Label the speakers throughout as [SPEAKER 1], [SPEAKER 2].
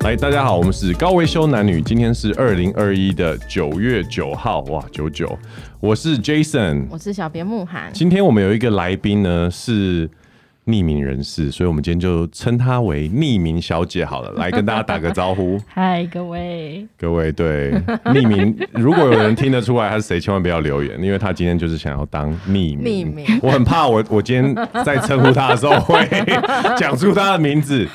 [SPEAKER 1] 嗨，大家好，我们是高维修男女，今天是二零二一的九月九号，哇，九九，我是 Jason，
[SPEAKER 2] 我是小编慕涵。
[SPEAKER 1] 今天我们有一个来宾呢是匿名人士，所以我们今天就称她为匿名小姐好了，来跟大家打个招呼。
[SPEAKER 3] 嗨，各位，
[SPEAKER 1] 各位对匿名，如果有人听得出来他是谁，千万不要留言，因为他今天就是想要当匿名。
[SPEAKER 2] 匿名
[SPEAKER 1] 我很怕我我今天在称呼他的时候会讲出他的名字。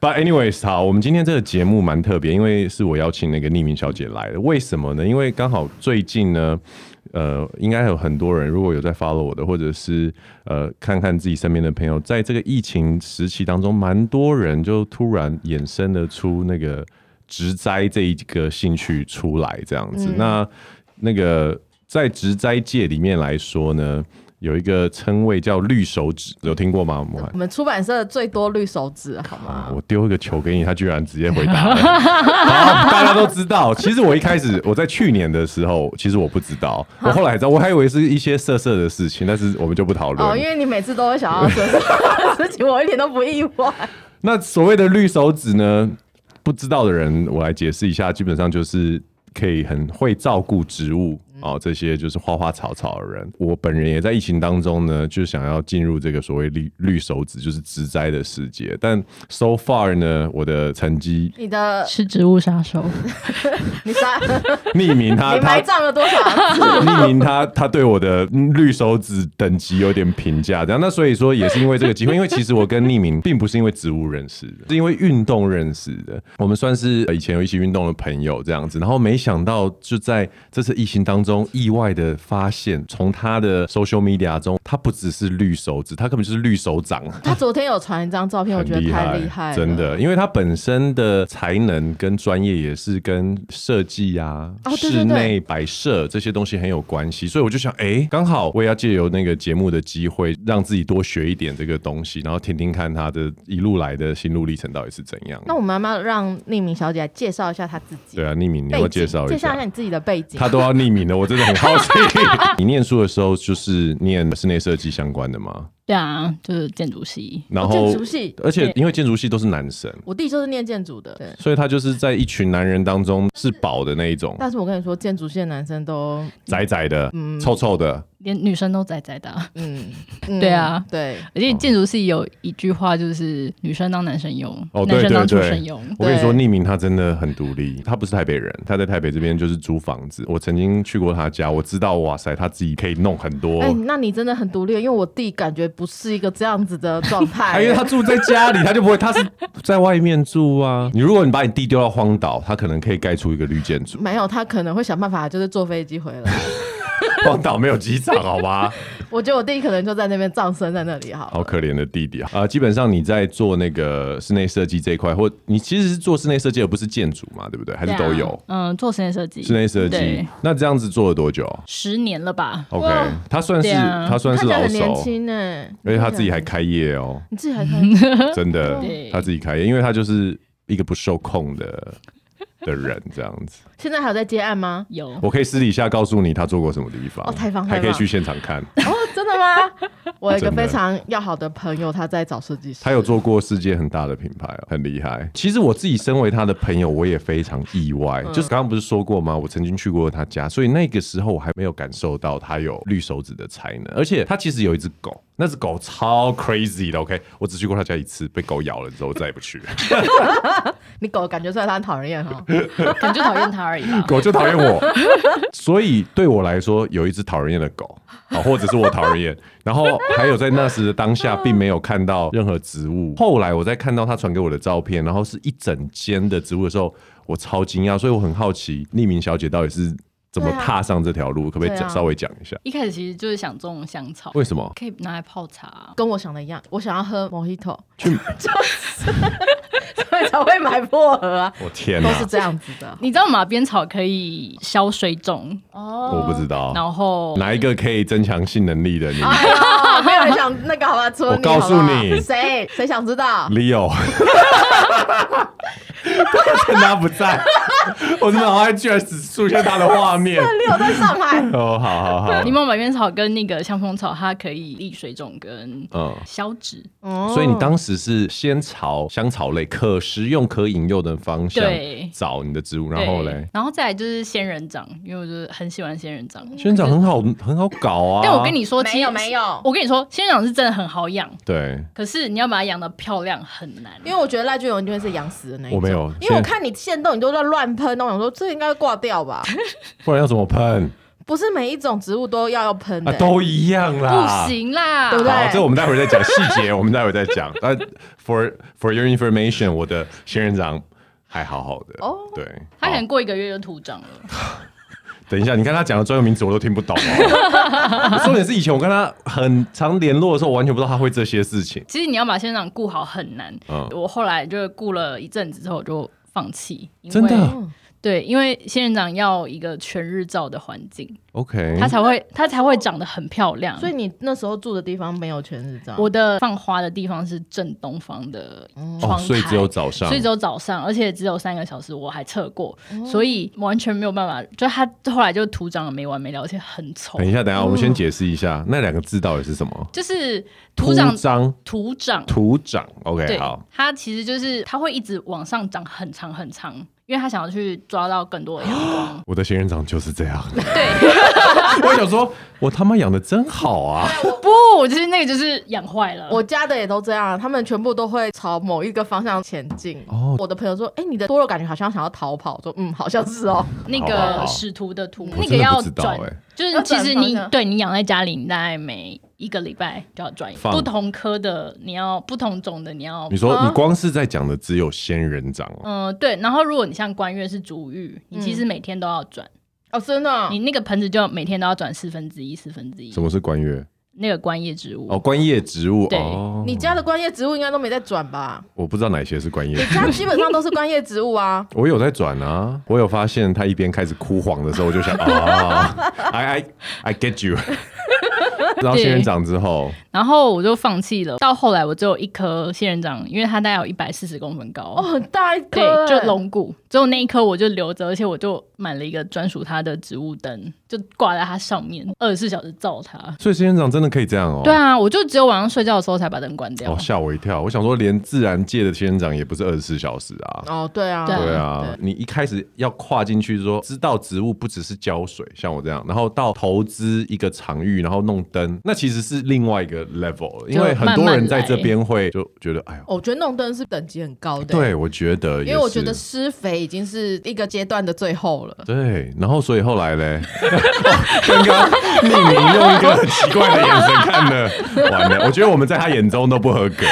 [SPEAKER 1] But anyways，好，我们今天这个节目蛮特别，因为是我邀请那个匿名小姐来的。为什么呢？因为刚好最近呢，呃，应该有很多人如果有在 follow 我的，或者是呃看看自己身边的朋友，在这个疫情时期当中，蛮多人就突然衍生了出那个植栽这一个兴趣出来，这样子。那那个在植栽界里面来说呢，有一个称谓叫绿手指，有听过吗？我们
[SPEAKER 2] 我们出版社最多绿手指，好吗？
[SPEAKER 1] 我丢一个球给你，他居然直接回答了。 好，大家都知道。其实我一开始我在去年的时候，其实我不知道，
[SPEAKER 2] 啊
[SPEAKER 1] 我后来才知道，我还以为是一些色色的事情，但是我们就不讨论。
[SPEAKER 2] 哦，因为你每次都会想要说 这个事情，我一点都不意外。
[SPEAKER 1] 那所谓的绿手指呢，不知道的人，我来解释一下，基本上就是可以很会照顾植物。
[SPEAKER 2] 嗯
[SPEAKER 1] 哦，这些就是花花草草的人。我本人也在疫情当中呢，就想要进入这个所谓绿绿手指，就是植栽的世界。但 so far 呢，我的成绩
[SPEAKER 2] 你的
[SPEAKER 3] 是植物杀手，
[SPEAKER 2] 你 啥？
[SPEAKER 1] 匿名啊他，
[SPEAKER 2] 你
[SPEAKER 1] 他
[SPEAKER 2] 埋葬了多 少？
[SPEAKER 1] 呃匿名他他对我的绿手指等级有点评价，这样那所以说也是因为这个机会，因为其实我跟匿名并不是因为植物认识的，是因为运动认识的。我们算是以前有一起运动的朋友这样子，然后没想到就在这次疫情当中意外的发现，从他的 social media 中，他不只是绿手指，他根本就是绿手掌。
[SPEAKER 2] 他昨天有传一张照片，我觉得太厉害了，
[SPEAKER 1] 真。的，因为他本身的才能跟专业也是跟设计啊、
[SPEAKER 2] 哦对对
[SPEAKER 1] 室内摆设这些东西很有关系，所以我就想，哎，刚好我也要借由那个节目的机会，让自己多学一点这个东西，然后听听看他的一路来的心路历程到底是怎样。
[SPEAKER 2] 那我们要不要让匿名小姐来介绍一下她自己？
[SPEAKER 1] 对啊，匿名，你
[SPEAKER 2] 背景，
[SPEAKER 1] 要介绍
[SPEAKER 2] 介
[SPEAKER 1] 一
[SPEAKER 2] 绍
[SPEAKER 1] 下
[SPEAKER 2] 一下。你自己的背景
[SPEAKER 1] 他。都要匿名的，我真的很好奇。 你念书的时候就是念室内设计相关的吗？
[SPEAKER 3] 对啊，就是建筑系，
[SPEAKER 1] 然后
[SPEAKER 2] 哦
[SPEAKER 1] 呃
[SPEAKER 2] 建筑系
[SPEAKER 1] 而且因为建筑系都是男生，
[SPEAKER 2] 我弟就是念建筑的，对。
[SPEAKER 1] 所以他就是在一群男人当中是宝的那一种，
[SPEAKER 2] 但是我跟你说，建筑系的男生都，
[SPEAKER 1] 窄窄的、臭臭的，
[SPEAKER 3] 连女生都宅宅的啊、
[SPEAKER 2] 嗯，嗯
[SPEAKER 3] 对啊
[SPEAKER 2] 对，
[SPEAKER 3] 而且建筑系有一句话就是“女生当男生用，
[SPEAKER 1] 哦
[SPEAKER 3] 男
[SPEAKER 1] 对
[SPEAKER 3] 生当
[SPEAKER 1] 对
[SPEAKER 3] 畜
[SPEAKER 1] 对
[SPEAKER 3] 生用
[SPEAKER 1] 我跟你
[SPEAKER 2] 对
[SPEAKER 1] 说，匿名他真的很独立，他不是台北人，他在台北这边就是租房子。我曾经去过他家，我知道，哇塞，他自己可以弄很多。
[SPEAKER 2] 哎、那你真的很独立，因为我弟感觉不是一个这样子的状态、
[SPEAKER 1] 啊 因为他住在家里，他就不会，他是在外面住啊。你如果你把你弟丢到荒岛，他可能可以盖出一个绿建 筑。
[SPEAKER 2] 没有，他可能会想办法，就是坐飞机回来。
[SPEAKER 1] 荒岛没有机场，好吧？
[SPEAKER 2] 我觉得我弟可能就在那边葬身在那里好了
[SPEAKER 1] 好可怜的弟弟啊！啊、基本上你在做那个室内设计这一块，或你其实是做室内设计，而不是建筑嘛，对不对？还是都有、
[SPEAKER 3] 对啊嗯，做室内设计，
[SPEAKER 1] 室内设计哦
[SPEAKER 3] 对。
[SPEAKER 1] 那这样子做了多久
[SPEAKER 3] 十年了吧？
[SPEAKER 1] ？OK，
[SPEAKER 2] 哇
[SPEAKER 1] 他算是、
[SPEAKER 3] 对啊
[SPEAKER 1] 他算
[SPEAKER 2] 看
[SPEAKER 1] 是
[SPEAKER 2] 起来
[SPEAKER 1] 老
[SPEAKER 2] 很年
[SPEAKER 1] 手，
[SPEAKER 2] 轻呢、欸
[SPEAKER 1] 而且他自己还开业 哦，
[SPEAKER 2] 你自己还看，
[SPEAKER 1] 真的
[SPEAKER 3] 对，
[SPEAKER 1] 他自己开业，因为他就是一个不受控的的人这样子。
[SPEAKER 2] 现在还有在接案 吗？
[SPEAKER 3] 有，
[SPEAKER 1] 我可以私底下告诉你他做过什么地方，
[SPEAKER 2] 哦太棒
[SPEAKER 1] 还可
[SPEAKER 2] 太
[SPEAKER 1] 以
[SPEAKER 2] 棒
[SPEAKER 1] 去现场看。
[SPEAKER 2] 哦，真的吗？ 我有一个
[SPEAKER 1] 真的
[SPEAKER 2] 非常要好的朋友，他在找设计师，
[SPEAKER 1] 他有做过世界很大的品牌哦，很厉害。其实我自己身为他的朋友，我也非常意外。就是刚刚不是说过吗？我曾经去过他家，所以那个时候我还没有感受到他有绿手指的才能。而且他其实有一只狗，那只狗超 crazy 的。OK，我只去过他家一次，被狗咬了之后我再也不去了。。
[SPEAKER 2] 你狗感觉出来他很讨人厌哈。
[SPEAKER 3] 可能就讨厌他而已吧
[SPEAKER 1] 狗就讨厌我，所以对我来说，有一只讨人厌的狗，啊，或者是我讨人厌，然后还有在那时的当下，并没有看到任何植物。后来我在看到他传给我的照片，然后是一整间的植物的时候，我超惊讶，所以我很好奇，匿名小姐到底是怎么
[SPEAKER 2] 对啊
[SPEAKER 1] 踏上这条路，可不可以
[SPEAKER 2] 对啊
[SPEAKER 1] 讲稍微讲一下？
[SPEAKER 3] 一开始其实就是想种香草，
[SPEAKER 1] 为什么？
[SPEAKER 3] 可以拿来泡茶。
[SPEAKER 2] 跟我想的一样，我想要 喝 Mojito，
[SPEAKER 1] 去
[SPEAKER 2] 就是，所以才会买薄荷啊，
[SPEAKER 1] 我天
[SPEAKER 2] 都
[SPEAKER 1] 哪、
[SPEAKER 2] 是这样子 的。
[SPEAKER 3] 你知道马鞭草可以消水肿，
[SPEAKER 1] 我
[SPEAKER 2] 哦，
[SPEAKER 1] 不知 道
[SPEAKER 3] 然后
[SPEAKER 1] 哪一个可以增强性能力的你。
[SPEAKER 2] 哎呦，没有人想那个好吧，除了
[SPEAKER 1] 我
[SPEAKER 2] 你
[SPEAKER 1] 告诉
[SPEAKER 2] 好不好
[SPEAKER 1] 你
[SPEAKER 2] 谁谁想知道？
[SPEAKER 1] Leo，趁他不在，我真的好爱居然只出现他的画面。
[SPEAKER 2] 六在上海。
[SPEAKER 1] 哦，好好好，
[SPEAKER 3] 柠檬马鞭草跟那个香蜂草，它可以利水肿跟
[SPEAKER 1] 嗯。
[SPEAKER 3] 消脂。
[SPEAKER 2] 哦
[SPEAKER 1] 所以你当时是先朝香草类、可实用可引诱的方向
[SPEAKER 3] 对
[SPEAKER 1] 找你的植物，然后
[SPEAKER 3] 对
[SPEAKER 1] 嘞，，
[SPEAKER 3] 然后再来就是仙人掌，因为我就是很喜欢仙人掌。
[SPEAKER 1] 仙人掌很好很好搞啊，
[SPEAKER 3] 但我跟你说，其
[SPEAKER 2] 没有
[SPEAKER 3] 实
[SPEAKER 2] 没有
[SPEAKER 3] 我跟你说，仙人掌是真的很好养，
[SPEAKER 1] 对
[SPEAKER 3] 可是你要把它养的漂亮很难。
[SPEAKER 2] 因为我觉得赖俊荣一定会是养死的那一种。
[SPEAKER 1] 我没有
[SPEAKER 2] 因为我
[SPEAKER 1] 先
[SPEAKER 2] 看你现动，你都在乱喷，那我想说这应该挂 掉吧？
[SPEAKER 1] 不然要怎么喷
[SPEAKER 2] 不是每一种植物都要要喷的、欸
[SPEAKER 1] 啊？都一样啦。
[SPEAKER 3] 不行啦，
[SPEAKER 2] 对不对
[SPEAKER 1] 好，这我们待会儿再讲细节，我们待会儿再 讲。呃，for for your information，我的仙人掌还好好的
[SPEAKER 2] 哦
[SPEAKER 1] 对，
[SPEAKER 3] 它
[SPEAKER 1] 好
[SPEAKER 3] 可能过一个月就徒长了。
[SPEAKER 1] 等一下，你看他讲的专有名词我都听不懂、哦。 重点是以前我跟他很常联络的时候，我完全不知道他会这些事情。
[SPEAKER 3] 其实你要把仙人掌顾好很难。
[SPEAKER 1] 嗯
[SPEAKER 3] 我后来就顾了一阵子之后我就放弃，因为
[SPEAKER 1] 真的
[SPEAKER 3] 对，因为仙人掌要一个全日照的环境，
[SPEAKER 1] ，OK，
[SPEAKER 3] 它才会它才会长得很漂亮。
[SPEAKER 2] 所以你那时候住的地方没有全日照，
[SPEAKER 3] 我的放花的地方是正东方的窗
[SPEAKER 1] 哦，
[SPEAKER 3] 台，
[SPEAKER 1] 所以只有早上
[SPEAKER 3] 所以只有早上，而且只有三个小时，我还测过，
[SPEAKER 2] 哦
[SPEAKER 3] 所以完全没有办法。就它后来就徒长得没完没了，而且很丑
[SPEAKER 1] 等。一下，等一下，我们先解释一下那两个字到底是什么。
[SPEAKER 3] 就是徒
[SPEAKER 1] 徒
[SPEAKER 3] 长
[SPEAKER 1] 长，
[SPEAKER 3] 徒长，
[SPEAKER 1] 徒长，OK，
[SPEAKER 3] 对
[SPEAKER 1] 好，，。
[SPEAKER 3] 它其实就是它会一直往上长很长很长，因为它想要去抓到更多的阳光
[SPEAKER 1] 我的仙人掌就是这样。 对，我想说，我他妈养的真好啊！
[SPEAKER 3] 不，就是那个就是养坏了。
[SPEAKER 2] 我家的也都这样，他们全部都会朝某一个方向前进。
[SPEAKER 1] 哦
[SPEAKER 2] 我的朋友说：“哎、你的多肉感觉好像想要逃跑。”我说：“嗯，好像是哦。
[SPEAKER 3] 那
[SPEAKER 1] 好好
[SPEAKER 3] 个
[SPEAKER 1] 好
[SPEAKER 3] 使徒的图，
[SPEAKER 1] 我
[SPEAKER 3] 那个
[SPEAKER 1] 真的
[SPEAKER 3] 要
[SPEAKER 1] 不知道
[SPEAKER 3] 转
[SPEAKER 1] 欸，
[SPEAKER 3] 就是
[SPEAKER 2] 要
[SPEAKER 3] 其
[SPEAKER 2] 转
[SPEAKER 3] 实
[SPEAKER 2] 方
[SPEAKER 3] 你
[SPEAKER 2] 向
[SPEAKER 3] 对你养在家里，你大概每一个礼拜就要转一
[SPEAKER 1] 放
[SPEAKER 3] 不同科的，你要不同种的，你要
[SPEAKER 1] 你说
[SPEAKER 2] 啊
[SPEAKER 1] 你光是在讲的只有仙人掌哦，
[SPEAKER 3] 嗯、对。然后如果你像官月是足浴，你其实
[SPEAKER 1] 嗯
[SPEAKER 3] 每天都要转，”
[SPEAKER 2] 哦，真的
[SPEAKER 1] 啊
[SPEAKER 2] 哦
[SPEAKER 3] 你那个盆子就每天都要转四分之一、四分之一
[SPEAKER 1] 什。么是观叶？
[SPEAKER 3] 那个观叶植物
[SPEAKER 1] 哦，观叶植物
[SPEAKER 3] 对
[SPEAKER 1] 哦，
[SPEAKER 2] 你家的观叶植物应该都没在转吧？
[SPEAKER 1] 我不知道哪些是观叶
[SPEAKER 2] 你
[SPEAKER 1] 植
[SPEAKER 2] 家
[SPEAKER 1] 物。。
[SPEAKER 2] 基本上都是观叶植物啊
[SPEAKER 1] 我有在转啊，我有发现它一边开始枯黄的时候，我就想啊、i I I get you。然后仙人掌之后，
[SPEAKER 3] 然后我就放弃了。到后来我只有一颗仙人掌，因为它大概有一百四十公分高，
[SPEAKER 2] 哦，很大一
[SPEAKER 3] 对
[SPEAKER 2] 颗，，
[SPEAKER 3] 就龙骨，只有那一颗我就留着，而且我就买了一个专属它的植物灯，就挂在它上面，二十四小时照它。
[SPEAKER 1] 所以仙人掌真的可以这样哦。
[SPEAKER 3] 对啊，我就只有晚上睡觉的时候才把灯关掉。
[SPEAKER 1] 哦，吓我一跳！我想说，连自然界的仙人掌也不是二十四小时啊。
[SPEAKER 2] 哦，对啊，
[SPEAKER 3] 对
[SPEAKER 1] 对啊，你一开始要跨进去说，知道植物不只是浇水，像我这样，然后到投资一个场域，然后弄灯，那其实是另外一个 level，了因为很多人在这边会就觉得，哎呦，
[SPEAKER 2] 哦我觉得弄灯是等级很高的、
[SPEAKER 1] 对我觉得也是，
[SPEAKER 2] 因为我觉得施肥已经是一个阶段的最 后了。
[SPEAKER 1] 对，然后所以后来嘞， 刚刚匿名用一个很奇怪的眼神看了，完了，我觉得我们在他眼中都不合 格。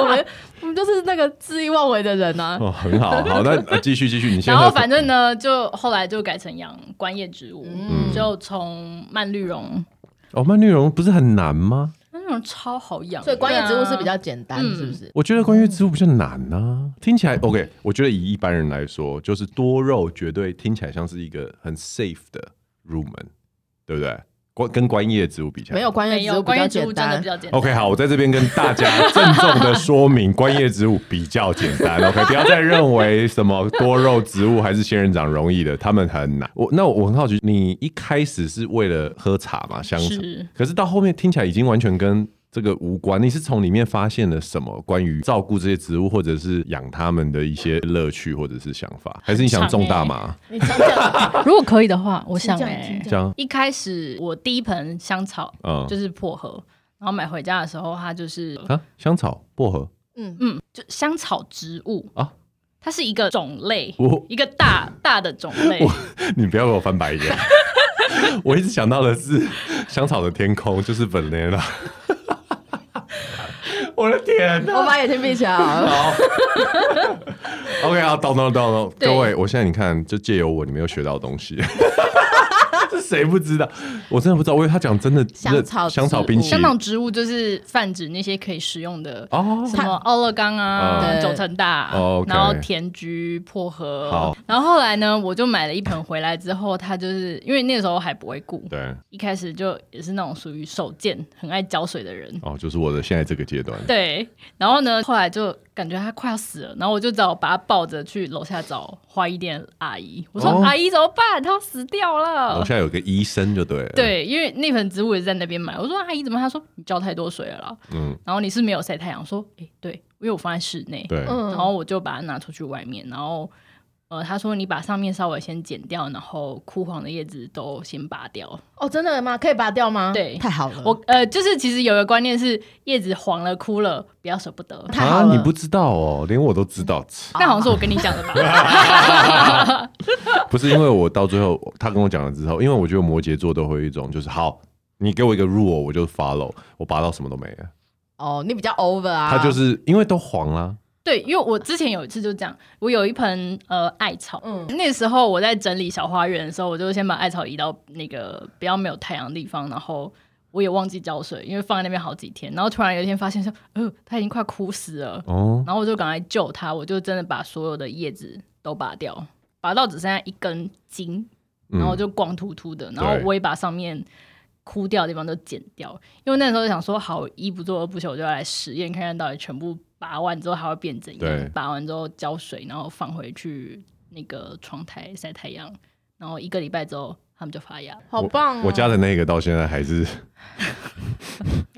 [SPEAKER 2] 我们我们就是那个恣意妄为的人啊。
[SPEAKER 1] 哦，很好，好，那呃继续继续，你先
[SPEAKER 3] 然
[SPEAKER 1] 喝嗯
[SPEAKER 3] 后
[SPEAKER 1] 口
[SPEAKER 3] 反正呢，就后来就改成养观叶植物，
[SPEAKER 1] 嗯
[SPEAKER 3] 就从蔓绿绒，
[SPEAKER 1] 哦，曼绿绒不是很难吗？
[SPEAKER 3] 蔓绿绒超好养，
[SPEAKER 2] 所以观叶植物是比
[SPEAKER 3] 对
[SPEAKER 2] 较
[SPEAKER 3] 啊
[SPEAKER 2] 简单，
[SPEAKER 3] 嗯
[SPEAKER 2] 是不是？
[SPEAKER 1] 我觉得关于植物比较难呐、听起来 OK。我觉得以一般人来说，就是多肉绝对听起来像是一个很 safe 的入门，对不对？关跟观叶植物比起来，
[SPEAKER 2] 没有观叶
[SPEAKER 3] 啊没
[SPEAKER 2] 植物
[SPEAKER 3] 有
[SPEAKER 2] 比
[SPEAKER 3] 观
[SPEAKER 2] 较
[SPEAKER 3] 叶植
[SPEAKER 2] 简
[SPEAKER 3] 物真的
[SPEAKER 2] 单
[SPEAKER 3] 比。较简单。
[SPEAKER 1] OK，好，我在这边跟大家郑重的说明， 观叶植物比较简单。OK，不要再认为什么多肉植物还是仙人掌容易的，它们很难。我那我很好奇，你一开始是为了喝茶嘛，香茶
[SPEAKER 3] 是，
[SPEAKER 1] 可是到后面听起来已经完全跟这个无关。你是从里面发现了什么关于照顾这些植物，或者是养它们的一些乐趣或者是想法，还是你想种大麻？
[SPEAKER 2] 你想想，
[SPEAKER 3] 如果可以的话，我想
[SPEAKER 2] 请讲
[SPEAKER 3] 哎、
[SPEAKER 2] 请讲
[SPEAKER 1] 这样，
[SPEAKER 3] 一开始我第一盆香草
[SPEAKER 1] 嗯
[SPEAKER 3] 就是薄荷，然后买回家的时候，它就是
[SPEAKER 1] 啊，香草、薄荷，
[SPEAKER 2] 嗯，
[SPEAKER 3] 嗯，就香草植物
[SPEAKER 1] 啊
[SPEAKER 3] 它是一个种类，
[SPEAKER 1] 我
[SPEAKER 3] 一个大大的种类。
[SPEAKER 1] 你不要给我翻白眼。我一直想到的是香草的天空，就是本雷拉。 我的天哪、
[SPEAKER 2] 我把眼睛闭起来 好了。
[SPEAKER 1] 好，OK 好，懂懂懂懂，
[SPEAKER 3] 对
[SPEAKER 1] 各位，我现在你看，就借由我，你们又学到东西。 这谁不知道？我真的不知道，我以为他讲真的，
[SPEAKER 2] 香
[SPEAKER 1] 那
[SPEAKER 2] 草
[SPEAKER 1] 香草
[SPEAKER 2] 植物
[SPEAKER 1] 冰淇
[SPEAKER 3] 香
[SPEAKER 1] 淋
[SPEAKER 3] 草植物就是泛指那些可以食用的，
[SPEAKER 1] 哦
[SPEAKER 3] 什么奥勒冈啊、
[SPEAKER 2] 嗯
[SPEAKER 3] 九层塔
[SPEAKER 1] 哦，，OK
[SPEAKER 3] 然后甜菊、薄荷
[SPEAKER 1] 好。
[SPEAKER 3] 然后后来呢，我就买了一盆回来之后，它就是因为那个时候还不会顾，
[SPEAKER 1] 对
[SPEAKER 3] 一开始就也是那种属于手贱、很爱浇水的人。
[SPEAKER 1] 哦，就是我的现在这个阶段。
[SPEAKER 3] 对，然后呢，后来就感觉他快要死了，然后我就找把他抱着去楼下找花艺店阿姨，我说、
[SPEAKER 1] 哦
[SPEAKER 3] 阿姨怎么办？他要死掉
[SPEAKER 1] 楼
[SPEAKER 2] 哦
[SPEAKER 3] 了。
[SPEAKER 1] 下有个医生就对了，，
[SPEAKER 3] 对，因为那盆植物也是在那边买，我说阿姨怎么？她说你浇太多水了啦，
[SPEAKER 1] 嗯，
[SPEAKER 3] 然后你是没有晒太阳。我说哎、对因为我放在室内，
[SPEAKER 1] 对，啊
[SPEAKER 2] 嗯
[SPEAKER 3] 然后我就把它拿出去外面，然后呃，他说你把上面稍微先剪掉，然后枯黄的叶子都先拔掉。
[SPEAKER 2] 哦，真的吗？可以拔掉吗？
[SPEAKER 3] 对
[SPEAKER 2] 太好了，
[SPEAKER 1] 啊
[SPEAKER 3] 我呃，就是其实有个观念是叶子黄了枯了，不要舍不得。
[SPEAKER 2] 太好了
[SPEAKER 1] 你不知道哦，连我都知道，
[SPEAKER 3] 但好像是我跟你讲的吧？
[SPEAKER 1] 不是因为我到最后他跟我讲了之后，因为我觉得摩羯座都会有一种就是好，你给我一个 rule 我就 follow，我拔到什么都没了。
[SPEAKER 2] 哦，你比较 over 啊，
[SPEAKER 1] 他就是因为都黄啦、
[SPEAKER 3] 对，因为我之前有一次就这样，我有一盆呃艾草，
[SPEAKER 2] 嗯
[SPEAKER 3] 那时候我在整理小花园的时候，我就先把艾草移到那个比较没有太阳的地方，然后我也忘记浇水，因为放在那边好几天，然后突然有一天发现说，呃，它已经快枯死了，
[SPEAKER 1] 哦，
[SPEAKER 3] 然后我就赶快救它，我就真的把所有的叶子都拔掉，拔到只剩下一根茎，
[SPEAKER 1] 嗯
[SPEAKER 3] 然后就光秃秃的，然后我也把上面枯掉的地方都剪掉，因为那时候就想说，好一不做二不休，我就要来实验看看到底全部拔完之后还会变怎
[SPEAKER 1] 对
[SPEAKER 3] 样，拔完之后浇水，然后放回去那个窗台晒太阳，然后一个礼拜之后它们就发芽了。
[SPEAKER 2] 好棒、哦
[SPEAKER 1] 我家的那个到现在还 是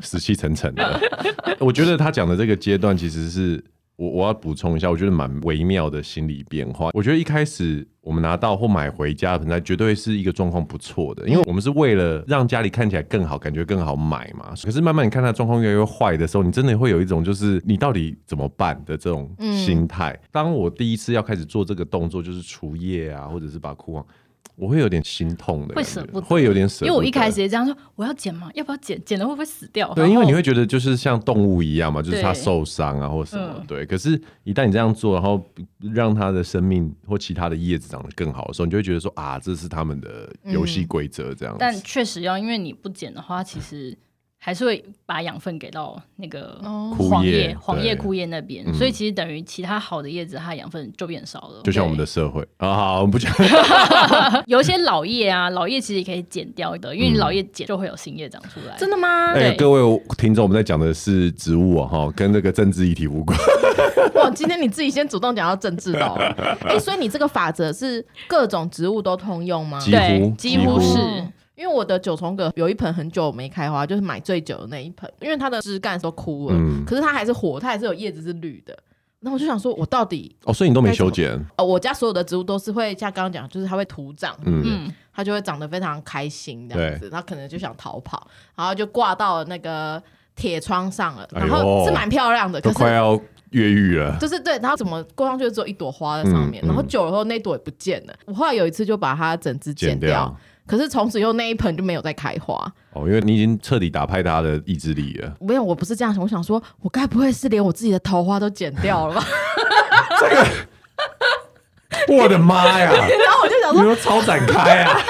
[SPEAKER 1] 死气沉沉的。 我觉得他讲的这个阶段其实是。我我要补充一下，我觉得蛮微妙的心理变化。我觉得一开始我们拿到或买回家的盆栽，绝对是一个状况不错的，因为我们是为了让家里看起来更好，感觉更好买嘛。可是慢慢你看它状况越来越坏的时候，你真的会有一种就是你到底怎么办的这种心态。当我第一次要开始做这个动作，就是除叶啊，或者是把枯黄，我会有点心痛的感觉，
[SPEAKER 3] 会舍不得
[SPEAKER 1] 会有点舍不
[SPEAKER 3] 因
[SPEAKER 1] 得。
[SPEAKER 3] 为我一开始也这样说，我要剪吗？要不要剪？剪了会不会死掉？
[SPEAKER 1] 对，
[SPEAKER 3] 然
[SPEAKER 1] 因为
[SPEAKER 3] 后
[SPEAKER 1] 你会觉得就是像动物一样嘛，就是它
[SPEAKER 3] 对
[SPEAKER 1] 受伤啊或什么
[SPEAKER 3] 嗯，
[SPEAKER 1] 对。可是，一旦你这样做，然后让它的生命或其他的叶子长得更好的时候，你就会觉得说啊，这是他们的游戏规则这样
[SPEAKER 3] 但
[SPEAKER 1] 子。
[SPEAKER 3] 确实要，因为你不剪的话，其实还是会把养分给到那个
[SPEAKER 2] 哦
[SPEAKER 1] 枯
[SPEAKER 3] 黄
[SPEAKER 1] 叶
[SPEAKER 3] 叶、黄叶
[SPEAKER 1] 对
[SPEAKER 3] 枯叶那边，
[SPEAKER 1] 嗯
[SPEAKER 3] 所以其实等于其他好的叶子，它养分就变少了。
[SPEAKER 1] 就像我们的社会啊，好，我们不讲。
[SPEAKER 3] 对 有一些老叶啊，老叶其实也可以剪掉的，因为你
[SPEAKER 1] 嗯
[SPEAKER 3] 老叶剪就会有新叶长出来。
[SPEAKER 2] 真的吗？
[SPEAKER 1] 哎，
[SPEAKER 3] 对
[SPEAKER 1] 各位听众，我们在讲的是植物哦，哈，跟这个政治议题无关。
[SPEAKER 2] 哇，今天你自己先主动讲到政治的、哦，哎、所以你这个法则是各种植物都通用吗？
[SPEAKER 1] 几乎
[SPEAKER 3] 对
[SPEAKER 1] 几
[SPEAKER 3] 几
[SPEAKER 1] 乎嗯
[SPEAKER 3] 乎是
[SPEAKER 2] 哦因为我的九重葛有一盆很久没开花，就是买最久的那一盆，因为它的枝干都枯了，
[SPEAKER 1] 嗯
[SPEAKER 2] 可是它还是活，它还是有叶子是绿的。然后我就想说，我到底
[SPEAKER 1] 哦，所以你都没修剪，
[SPEAKER 2] 呃，我家所有的植物都是会像刚刚讲，就是它会徒长，
[SPEAKER 1] 嗯，
[SPEAKER 3] 嗯，
[SPEAKER 2] 它就会长得非常开心这样子，它可能就想逃跑，然后就挂到那个铁窗上了，
[SPEAKER 1] 哎呦
[SPEAKER 2] 然后是蛮漂亮的，
[SPEAKER 1] 都
[SPEAKER 2] 可是
[SPEAKER 1] 快要越狱
[SPEAKER 3] 嗯
[SPEAKER 1] 了。
[SPEAKER 2] 就是对，然后怎么挂上去就只有一朵花在上面，
[SPEAKER 1] 嗯嗯
[SPEAKER 2] 然后久了后那朵也不见了。我后来有一次就把它整只
[SPEAKER 1] 剪
[SPEAKER 2] 剪
[SPEAKER 1] 掉
[SPEAKER 2] 可是从此以后那一盆就没有再开花。
[SPEAKER 1] 哦，因为你已经彻底打败他的意志力了。
[SPEAKER 2] 没有，我不是这样想，我想说，我该不会是连我自己的桃花都剪掉了 吧？
[SPEAKER 1] 我的妈 呀！
[SPEAKER 2] 然后我就想
[SPEAKER 1] 你
[SPEAKER 2] 说，
[SPEAKER 1] 说超展开 啊！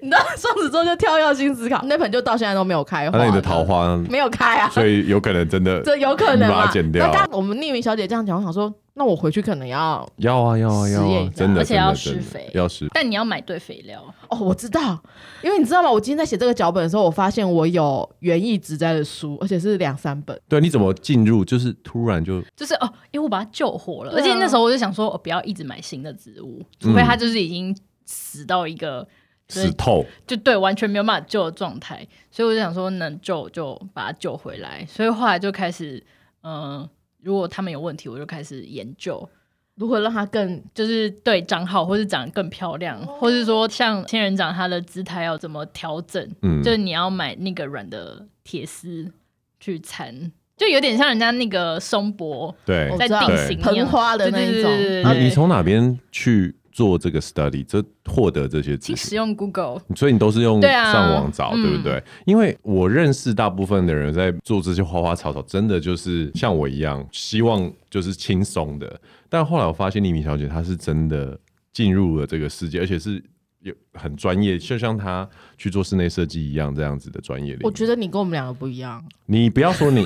[SPEAKER 2] 你知道双子座就跳跃性思考，那盆就到现在都没有开花。
[SPEAKER 1] 那你的桃花呢，
[SPEAKER 2] 没有开 啊？
[SPEAKER 1] 所以有可能真的
[SPEAKER 2] 这有可能
[SPEAKER 1] 你把
[SPEAKER 2] 嘛
[SPEAKER 1] 它？剪掉
[SPEAKER 2] 那刚刚我们匿名小姐这样讲，我想说，那我回去可能要
[SPEAKER 1] 要啊要啊
[SPEAKER 2] 实
[SPEAKER 1] 要
[SPEAKER 2] 验
[SPEAKER 1] 啊
[SPEAKER 2] 一下，
[SPEAKER 1] 真的，
[SPEAKER 3] 而且要
[SPEAKER 1] 真的
[SPEAKER 3] 施
[SPEAKER 1] 真的
[SPEAKER 3] 肥
[SPEAKER 1] 要施。
[SPEAKER 3] 但你要买对肥料，
[SPEAKER 2] 哦，我知道，因为你知道吗？我今天在写这个脚本的时候，我发现我有园艺植栽的书，而且是两三本。
[SPEAKER 1] 对，你怎么进入？就是突然就
[SPEAKER 3] 就是哦，因为我把它救活了，
[SPEAKER 2] 对啊
[SPEAKER 3] 而且那时候我就想说，哦我不要一直买新的植物，除
[SPEAKER 1] 嗯
[SPEAKER 3] 非它就是已经死到一个。就是
[SPEAKER 1] 死透，
[SPEAKER 3] 就对，完全没有办法救的状态，所以我就想说，能救就把它救回来。所以后来就开始，嗯、如果他们有问题，我就开始研究，
[SPEAKER 2] 如何让它更
[SPEAKER 3] 就是对长好，或是长得更漂亮，
[SPEAKER 2] 哦
[SPEAKER 3] 或是说像仙人掌它的姿态要怎么调整，
[SPEAKER 1] 嗯
[SPEAKER 3] 就是你要买那个软的铁丝去缠，就有点像人家那个松柏
[SPEAKER 1] 对
[SPEAKER 2] 我。
[SPEAKER 3] 在
[SPEAKER 2] 知道
[SPEAKER 3] 定型一
[SPEAKER 2] 盆
[SPEAKER 3] 样。
[SPEAKER 2] 花的那一种
[SPEAKER 3] 对对对对
[SPEAKER 1] 那
[SPEAKER 3] 对
[SPEAKER 1] 你从哪边去做这个 study？这获得这些知
[SPEAKER 3] 请
[SPEAKER 1] 识？
[SPEAKER 3] 使用 Google，
[SPEAKER 1] 所以你都是用
[SPEAKER 3] 对啊
[SPEAKER 1] 上网找，对,、
[SPEAKER 3] 嗯
[SPEAKER 1] 不对？因为我认识大部分的人在做这些花花草草，真的就是像我一样，希望就是轻松的。但后来我发现丽米小姐她是真的进入了这个世界，而且是有很专业，就像她去做室内设计一样这样子的专业领域。
[SPEAKER 2] 我觉得你跟我们两个不一样，
[SPEAKER 1] 你不要说你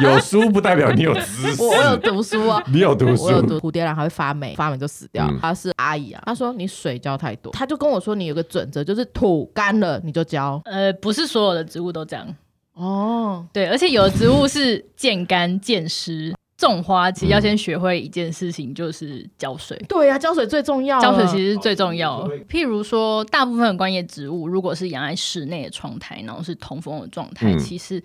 [SPEAKER 1] 有书不代表你有知 识。
[SPEAKER 2] 我，我有读书啊
[SPEAKER 1] 你有读书
[SPEAKER 2] 我有读蝴蝶兰还会发霉，发霉就死掉
[SPEAKER 1] 嗯。
[SPEAKER 2] 她、是阿姨啊，她说你水浇太多，她就跟我说你有个准则，就是土干了你就浇。
[SPEAKER 3] 呃，不是所有的植物都这样。
[SPEAKER 2] 哦，
[SPEAKER 3] 对，而且有的植物是见干见湿。种花
[SPEAKER 1] 嗯
[SPEAKER 3] 其实要先学会一件事情，就是浇水。
[SPEAKER 2] 对呀、啊，浇水最重要了。
[SPEAKER 3] 浇水其实是最重
[SPEAKER 1] 哦
[SPEAKER 3] 要的。譬如说，大部分的观叶植物，如果是养在室内的窗台，然后是通风的状态，呃
[SPEAKER 1] 嗯
[SPEAKER 3] 其实，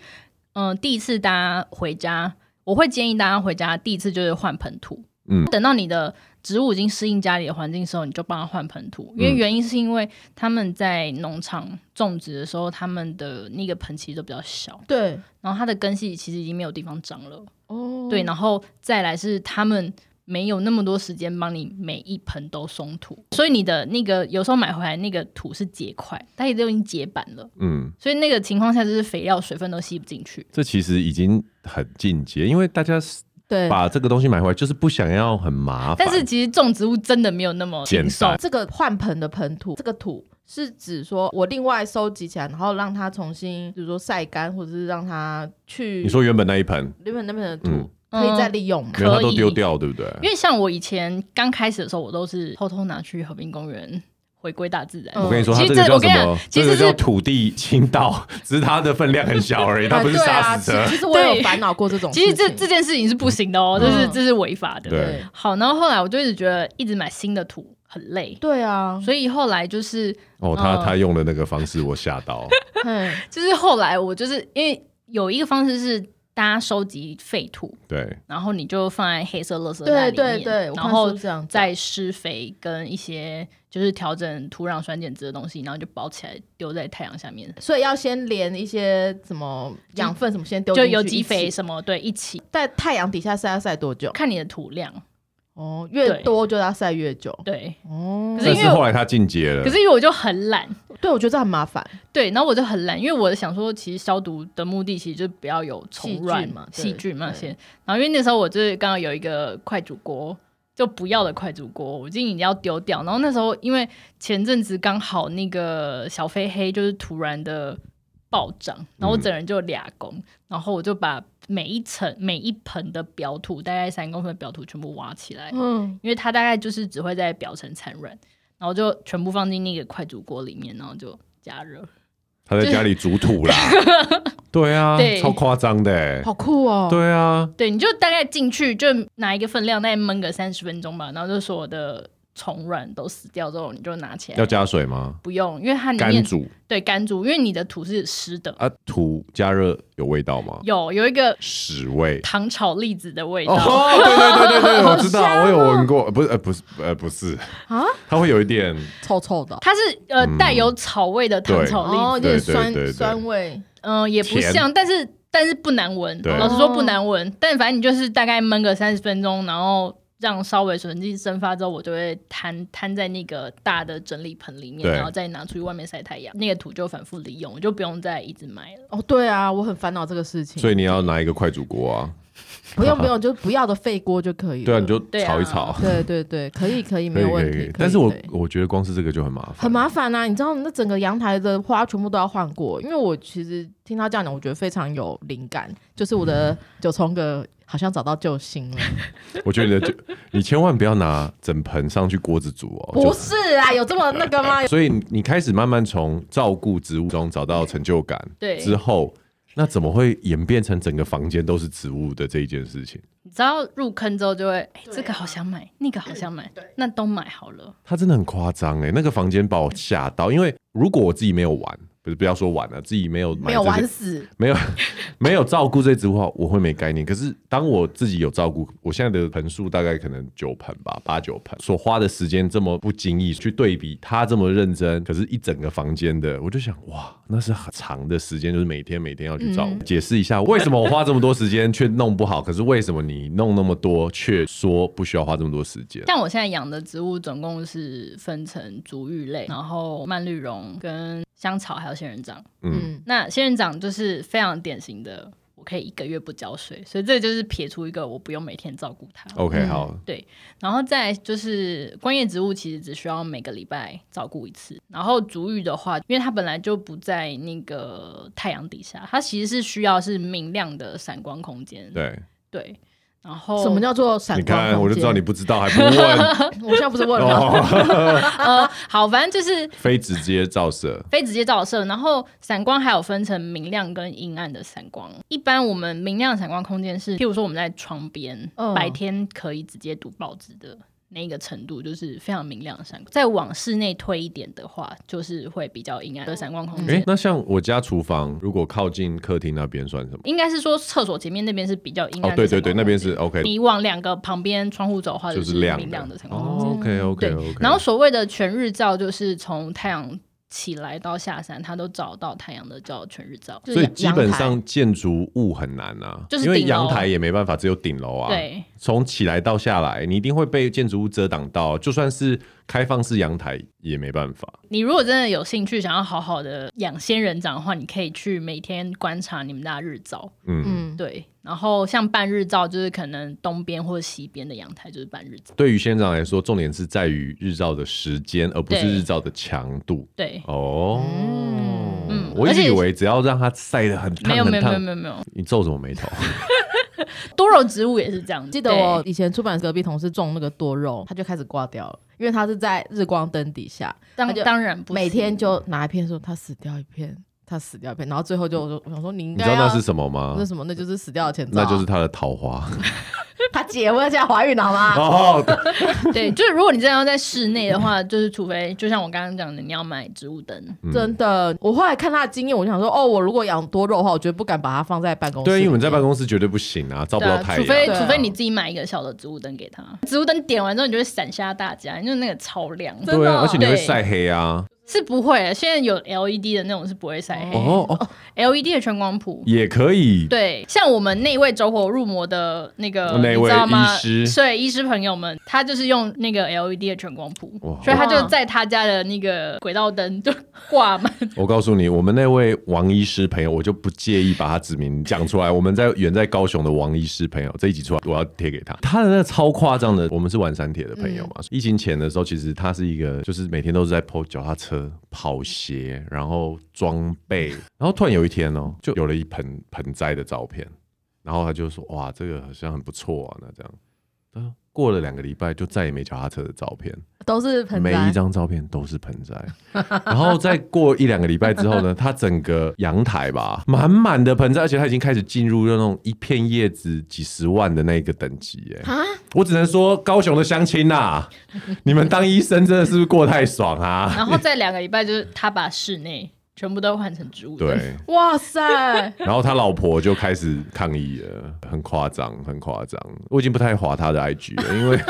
[SPEAKER 3] 嗯、第一次大家回家，我会建议大家回家第一次就是换盆土，
[SPEAKER 1] 嗯
[SPEAKER 3] 等到你的植物已经适应家里的环境的时候，你就帮它换盆土，因为
[SPEAKER 1] 嗯
[SPEAKER 3] 原因是因为他们在农场种植的时候，他们的那个盆其实都比较小，
[SPEAKER 2] 对，
[SPEAKER 3] 然后它的根系其实已经没有地方长了，
[SPEAKER 2] 哦
[SPEAKER 3] 对，然后再来是他们。没有那么多时间帮你每一盆都松土，所以你的那个有时候买回来那个土是结块，它也都已经结板了，
[SPEAKER 1] 嗯，
[SPEAKER 3] 所以那个情况下就是肥料、水分都吸不进去。
[SPEAKER 1] 这其实已经很进阶，因为大家
[SPEAKER 2] 对，
[SPEAKER 1] 把这个东西买回来就是不想要很麻烦，
[SPEAKER 3] 但是其实种植物真的没有那么
[SPEAKER 1] 简
[SPEAKER 3] 轻松
[SPEAKER 1] 单
[SPEAKER 2] 这个换盆的盆土，这个土是指说我另外收集起来，然后让它重新，比如说晒干，或者是让它去
[SPEAKER 1] 你说原本那一盆，
[SPEAKER 2] 原本那边的土、
[SPEAKER 1] 嗯
[SPEAKER 2] 可以再利用吗？
[SPEAKER 1] 没有它
[SPEAKER 3] 可
[SPEAKER 1] 都
[SPEAKER 3] 以
[SPEAKER 1] 丢掉，对不对？
[SPEAKER 3] 因为像我以前刚开始的时候，我都是偷偷拿去和平公园回归大自然。
[SPEAKER 2] 嗯
[SPEAKER 1] 我跟你说，它
[SPEAKER 3] 其
[SPEAKER 1] 这
[SPEAKER 3] 实
[SPEAKER 1] 个
[SPEAKER 3] 这
[SPEAKER 1] 叫
[SPEAKER 3] 我跟
[SPEAKER 1] 什
[SPEAKER 3] 你
[SPEAKER 1] 么？
[SPEAKER 3] 讲其
[SPEAKER 1] 这
[SPEAKER 3] 实
[SPEAKER 1] 个叫
[SPEAKER 3] 是
[SPEAKER 1] 土地倾倒，只是它的分量很小而 已，它
[SPEAKER 2] 啊
[SPEAKER 1] 不是
[SPEAKER 2] 对啊，
[SPEAKER 1] 杀死
[SPEAKER 2] 其
[SPEAKER 1] 车。
[SPEAKER 2] 其实我有
[SPEAKER 3] 对
[SPEAKER 2] 烦恼过这种事
[SPEAKER 3] 其
[SPEAKER 2] 情。
[SPEAKER 3] 实这这件事情是不行的哦，这是
[SPEAKER 2] 嗯
[SPEAKER 3] 这是违法的。
[SPEAKER 1] 对
[SPEAKER 3] 好，然后后来我就一直觉得一直买新的土很累，
[SPEAKER 2] 对啊，
[SPEAKER 3] 所以后来就是
[SPEAKER 1] 哦，他
[SPEAKER 3] 嗯
[SPEAKER 1] 他用的那个方式，我吓到。
[SPEAKER 2] 嗯，
[SPEAKER 3] 就是后来我就是因为有一个方式是大家收集废土，
[SPEAKER 1] 对，
[SPEAKER 3] 然后你就放在黑色垃圾袋
[SPEAKER 2] 对
[SPEAKER 3] 里
[SPEAKER 2] 对
[SPEAKER 3] 面，
[SPEAKER 2] 对，我
[SPEAKER 3] 然
[SPEAKER 2] 看
[SPEAKER 3] 后
[SPEAKER 2] 书是这样子，
[SPEAKER 3] 再施肥跟一些就是调整土壤酸碱值的东西，然后就包起来丢在太阳下面，
[SPEAKER 2] 所以要先连一些什么养分什么先丢进
[SPEAKER 3] 就
[SPEAKER 2] 去，
[SPEAKER 3] 有机肥
[SPEAKER 2] 一起
[SPEAKER 3] 什么对一起，
[SPEAKER 2] 在太阳底下晒要晒多久？
[SPEAKER 3] 看你的土量。
[SPEAKER 2] 哦，越
[SPEAKER 3] 对
[SPEAKER 2] 多就要晒越久。
[SPEAKER 3] 对，
[SPEAKER 2] 哦
[SPEAKER 3] 可，是
[SPEAKER 1] 但
[SPEAKER 3] 因
[SPEAKER 1] 是
[SPEAKER 3] 为
[SPEAKER 1] 后来他进阶了
[SPEAKER 3] 可，是因为我就很懒，
[SPEAKER 2] 对，我觉得这很麻烦。
[SPEAKER 3] 对，然后我就很懒，因为我想说，其实消毒的目的其实就不要有
[SPEAKER 2] 细
[SPEAKER 3] 虫
[SPEAKER 2] 菌
[SPEAKER 3] 卵
[SPEAKER 2] 嘛对
[SPEAKER 3] 细菌嘛先。然后因为那时候我就是刚好有一个快煮锅，就不要的快煮锅，我已经要丢掉。然后那时候因为前阵子刚好那个小飞黑就是突然的暴涨，然后
[SPEAKER 2] 嗯
[SPEAKER 3] 我整人就俩拱，然后我就把每一层每一盆的表土，大概三公分的表土全部挖起来，
[SPEAKER 2] 嗯，
[SPEAKER 3] 因为它大概就是只会在表层产卵，然后就全部放进那个快煮锅里面，然后就加热。
[SPEAKER 1] 他在家里煮土 啦。对啊，
[SPEAKER 3] 对
[SPEAKER 1] 超夸张的欸。
[SPEAKER 2] 好酷哦。
[SPEAKER 1] 对啊，
[SPEAKER 3] 对，你就大概进去就拿一个分量，再焖个三十分钟吧，然后就所有的虫卵都死掉之后，你就拿起
[SPEAKER 1] 要
[SPEAKER 3] 来。
[SPEAKER 1] 加水吗？
[SPEAKER 3] 不用，因为它里
[SPEAKER 1] 干
[SPEAKER 3] 面
[SPEAKER 1] 煮
[SPEAKER 3] 对干煮，因为你的土是湿的，
[SPEAKER 1] 啊，土加热有味道吗？
[SPEAKER 3] 有有一个
[SPEAKER 1] 屎味。
[SPEAKER 3] 糖炒栗子的味道。哦
[SPEAKER 1] 哦，对对对对对，我知道，我有闻过，呃不是呃不是呃不是，
[SPEAKER 2] 啊，
[SPEAKER 1] 它会有一点
[SPEAKER 2] 臭臭的，
[SPEAKER 3] 它是呃带有草味的糖
[SPEAKER 1] 嗯对
[SPEAKER 3] 炒栗子，
[SPEAKER 2] 有点
[SPEAKER 1] 对对对
[SPEAKER 2] 哦酸
[SPEAKER 1] 对
[SPEAKER 2] 酸味。
[SPEAKER 3] 嗯、也不
[SPEAKER 1] 甜
[SPEAKER 3] 像，但是但是不难闻。
[SPEAKER 1] 对
[SPEAKER 3] 老实
[SPEAKER 2] 哦
[SPEAKER 3] 说不难闻，但反正你就是大概焖个三十分钟，然后让稍微水蒸气蒸发之后，我就会摊摊在那个大的整理盆里面，
[SPEAKER 1] 对
[SPEAKER 3] 然后再拿出去外面晒太阳。那个土就反复利用，我就不用再一直买了。
[SPEAKER 2] 哦，对啊，我很烦恼这个事情。
[SPEAKER 1] 所以你要拿一个快煮锅啊，
[SPEAKER 2] 不用不用，就不要的废锅就可以了。
[SPEAKER 1] 对啊，你就
[SPEAKER 3] 对啊
[SPEAKER 1] 炒一炒，
[SPEAKER 2] 对对对，可以可以，
[SPEAKER 1] 可
[SPEAKER 2] 没
[SPEAKER 1] 以
[SPEAKER 2] 有
[SPEAKER 1] 可
[SPEAKER 2] 问
[SPEAKER 1] 以可
[SPEAKER 2] 题
[SPEAKER 1] 以。。但是我
[SPEAKER 2] 可以
[SPEAKER 1] 我觉得光是这个就很麻烦，
[SPEAKER 2] 很麻烦啊！你知道，那整个阳台的花全部都要换过，因为我其实听他这样讲，我觉得非常有灵感，就是我的九重阁好像找到救星了。
[SPEAKER 1] 我觉得就你千万不要拿整盆上去锅子煮哦，
[SPEAKER 2] 不
[SPEAKER 1] 就是
[SPEAKER 2] 啊，有这么那个吗？
[SPEAKER 1] 所以你开始慢慢从照顾植物中找到成就感，
[SPEAKER 3] 对
[SPEAKER 1] 之后那怎么会演变成整个房间都是植物的这一件事情？
[SPEAKER 3] 你知道入坑之后就会，哎、
[SPEAKER 2] 对啊嗯
[SPEAKER 3] 这个好想买，那个好想买，那都买好了。
[SPEAKER 1] 它真的很夸张哎，那个房间把我吓到，因为如果我自己没有玩，不是不要说玩了、自己没有买
[SPEAKER 2] 没有
[SPEAKER 1] 这些
[SPEAKER 2] 玩死，
[SPEAKER 1] 没有 没有照顾这些植物的话，我会没概念。可是当我自己有照顾，我现在的盆数大概可能九盆吧，八九盆，所花的时间这么不经意去对比他这么认真，可是一整个房间的，我就想哇，那是很长的时间，就是每天每天要去照
[SPEAKER 2] 嗯
[SPEAKER 1] 顾。解释一下为什么我花这么多时间却弄不好，可是为什么你弄那么多却说不需要花这么多时间？
[SPEAKER 3] 像我现在养的植物总共是分成竹芋类，然后蔓绿绒、跟香草还有仙人掌。
[SPEAKER 1] 嗯，
[SPEAKER 2] 嗯，
[SPEAKER 3] 那仙人掌就是非常典型的，我可以一个月不浇水，所以这就是撇除一个我不用每天照顾它。
[SPEAKER 1] OK，
[SPEAKER 2] 嗯
[SPEAKER 1] 好，
[SPEAKER 3] 然后再来就是观叶植物，其实只需要每个礼拜照顾一次。然后竹芋的话，因为它本来就不在那个太阳底下，它其实是需要是明亮的闪光空间。
[SPEAKER 1] 对，
[SPEAKER 3] 对然后
[SPEAKER 2] 什么叫做闪
[SPEAKER 1] 你
[SPEAKER 2] 光空
[SPEAKER 1] 看
[SPEAKER 2] 间
[SPEAKER 1] 我就知道你，不知道，还不 问
[SPEAKER 2] 我现在不是问了吗，
[SPEAKER 1] 哦，
[SPEAKER 3] 呃，好，反正就是
[SPEAKER 1] 非直接照射，
[SPEAKER 3] 非直接照射，然后散光还有分成明亮跟阴暗的散光。一般我们明亮的散光空间是，譬如说我们在窗边，
[SPEAKER 2] 嗯
[SPEAKER 3] 白天可以直接读报纸的那个程度，就是非常明亮的闪光。再往室内推一点的话，就是会比较阴暗的闪光空
[SPEAKER 1] 哎、
[SPEAKER 3] 间。
[SPEAKER 1] 那像我家厨房，如果靠近客厅那边算什么？
[SPEAKER 3] 应该是说厕所前面那边是比较阴
[SPEAKER 1] 哦
[SPEAKER 3] 暗，的
[SPEAKER 1] 对
[SPEAKER 3] 闪
[SPEAKER 1] 对
[SPEAKER 3] 光
[SPEAKER 1] 对，
[SPEAKER 3] 空
[SPEAKER 1] 那边
[SPEAKER 3] 间
[SPEAKER 1] 是 OK，
[SPEAKER 3] 你往两个旁边窗户走的话，
[SPEAKER 1] 就是是亮
[SPEAKER 3] 明亮的
[SPEAKER 1] 的。
[SPEAKER 3] 闪光空间。嗯
[SPEAKER 1] 哦，OK
[SPEAKER 3] 对
[SPEAKER 1] OK OK。
[SPEAKER 3] 然后所谓的全日照，就是从太阳起来到下山，它都找到太阳的叫全日照。
[SPEAKER 2] 就
[SPEAKER 1] 所
[SPEAKER 2] 是
[SPEAKER 1] 以基本
[SPEAKER 2] 阳台
[SPEAKER 1] 上建筑物很难啊，
[SPEAKER 3] 就是
[SPEAKER 1] 因为
[SPEAKER 3] 顶楼
[SPEAKER 1] 阳台也没办法，只有顶楼啊。，
[SPEAKER 3] 对，
[SPEAKER 1] 从起来到下来，你一定会被建筑物遮挡到，就算是开放式阳台也没办法。
[SPEAKER 3] 你如果真的有兴趣想要好好的养仙人掌的话，你可以去每天观察你们家日照。
[SPEAKER 1] 嗯，
[SPEAKER 2] 嗯，
[SPEAKER 3] 对，然后像半日照，就是可能东边或西边的阳台就是半日照。
[SPEAKER 1] 对于仙人掌来说，重点是在于日照的时间，而不是
[SPEAKER 3] 对
[SPEAKER 1] 日照的强度。
[SPEAKER 3] 对，
[SPEAKER 1] 哦，
[SPEAKER 3] 嗯
[SPEAKER 1] 我一直
[SPEAKER 3] 而且
[SPEAKER 1] 以为只要让它晒得很烫
[SPEAKER 3] 没有没
[SPEAKER 1] 很
[SPEAKER 3] 有没有
[SPEAKER 1] 烫，
[SPEAKER 3] 没有没有，
[SPEAKER 1] 你皱什么眉头？
[SPEAKER 3] 多肉植物也是这样子。
[SPEAKER 2] 记得
[SPEAKER 3] 对
[SPEAKER 2] 我以前出版社隔壁同事种那个多肉，他就开始挂掉了，因为他是在日光灯底下，
[SPEAKER 3] 当
[SPEAKER 2] 他就
[SPEAKER 3] 当然不
[SPEAKER 2] 每
[SPEAKER 3] 是
[SPEAKER 2] 天就拿一片说他死掉一片，他死掉一片，然后最后就我就我想说你应
[SPEAKER 1] 你
[SPEAKER 2] 该
[SPEAKER 1] 知道那
[SPEAKER 2] 要
[SPEAKER 1] 是什么吗
[SPEAKER 2] 那？什么？那就是死掉的前兆
[SPEAKER 1] 那
[SPEAKER 2] 啊，
[SPEAKER 1] 就是它的桃花。
[SPEAKER 2] 他姐我要现在怀孕了好吗？
[SPEAKER 1] 哦，
[SPEAKER 3] 对，就是如果你真的要在室内的话，就是除非就像我刚刚讲的，你要买植物 灯。
[SPEAKER 1] 嗯
[SPEAKER 2] 真的，我后来看他的经验，我就想说，哦，我如果养多肉的话，我绝对不敢把它放在办公室。
[SPEAKER 1] 对，因为我们在办公室绝对不行啊，照不
[SPEAKER 3] 对
[SPEAKER 1] 到
[SPEAKER 3] 啊，
[SPEAKER 1] 太
[SPEAKER 3] 除非
[SPEAKER 1] 阳。
[SPEAKER 2] 对啊
[SPEAKER 3] 除非你自己买一个小的植物灯给他，植物灯点完之后，你就会闪瞎大家，因为那个超亮。
[SPEAKER 2] 真的
[SPEAKER 1] 对啊，而且你会
[SPEAKER 3] 对
[SPEAKER 1] 晒黑啊。
[SPEAKER 3] 是不会的，现在有 LED 的那种是不会晒黑、
[SPEAKER 1] 哦哦，
[SPEAKER 3] l e d 的全光谱。
[SPEAKER 1] 也可以。
[SPEAKER 3] 对，像我们那位走火入魔的那个，
[SPEAKER 1] 那
[SPEAKER 3] 你
[SPEAKER 1] 位
[SPEAKER 3] 知道吗？
[SPEAKER 1] 医师
[SPEAKER 3] 对，医师朋友们，他就是用那个 LED 的全光谱
[SPEAKER 1] 哇，
[SPEAKER 3] 所以他就在他家的那个轨道灯就挂满。
[SPEAKER 1] 我告诉你，我们那位王医师朋友，我就不介意把他指名讲出来。我们在远在高雄的王医师朋友，这一集出来我要贴给他。他的那个超夸张的，我们是玩山铁的朋友嘛。疫情前的时候，其实他是一个就是每天都是在 PO 脚踏车、跑鞋，然后装备，然后突然有一天哦，就有了一盆盆栽的照片，然后他就说：“哇，这个好像很不错啊。”那这样，他过了两个礼拜，就再也没脚踏车的照片。
[SPEAKER 2] 都是盆
[SPEAKER 1] 每
[SPEAKER 2] 栽
[SPEAKER 1] 一，张照片都是盆栽， 然后再过一两个礼拜之后呢，它整个阳台吧，满满的盆栽，而且它已经开始进入那种一片叶子几十万的那个等级耶。我只能说，高雄的乡亲呐，你们当医生真的是不是过太爽 啊？
[SPEAKER 3] 然后在两个礼拜，就是他把室内全部都换成植物灯。
[SPEAKER 1] 对，
[SPEAKER 2] 哇塞，
[SPEAKER 1] 然后他老婆就开始抗议了，很夸张，很夸张。我已经不太划他的 IG 了，因为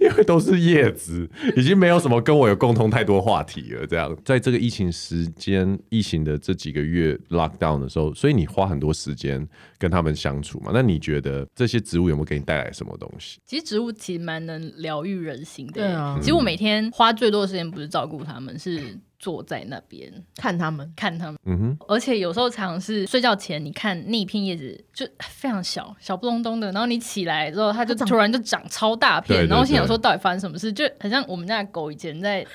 [SPEAKER 1] 因为都是叶子，已经没有什么跟我有共同太多话题了。这样，在这个疫情时间、疫情的这几个月 lockdown 的时候，所以你花很多时间跟他们相处嘛。那你觉得这些植物有没有给你带来什么东西？
[SPEAKER 3] 其实植物其实蛮能疗愈人心的。
[SPEAKER 2] 对啊
[SPEAKER 3] 其实我
[SPEAKER 1] 嗯
[SPEAKER 3] 每天花最多的时间不是照顾他们，是坐在那边
[SPEAKER 2] 看他们，
[SPEAKER 3] 看他们。
[SPEAKER 1] 嗯哼，
[SPEAKER 3] 而且有时候常常是睡觉前，你看那一片叶子就非常小，小不隆咚的，然后你起来之后，它就
[SPEAKER 2] 它长
[SPEAKER 3] 突然就长超大片，
[SPEAKER 1] 对对
[SPEAKER 3] 然后心想
[SPEAKER 1] 对
[SPEAKER 3] 说到底发生什么事，就很像我们家的狗以前在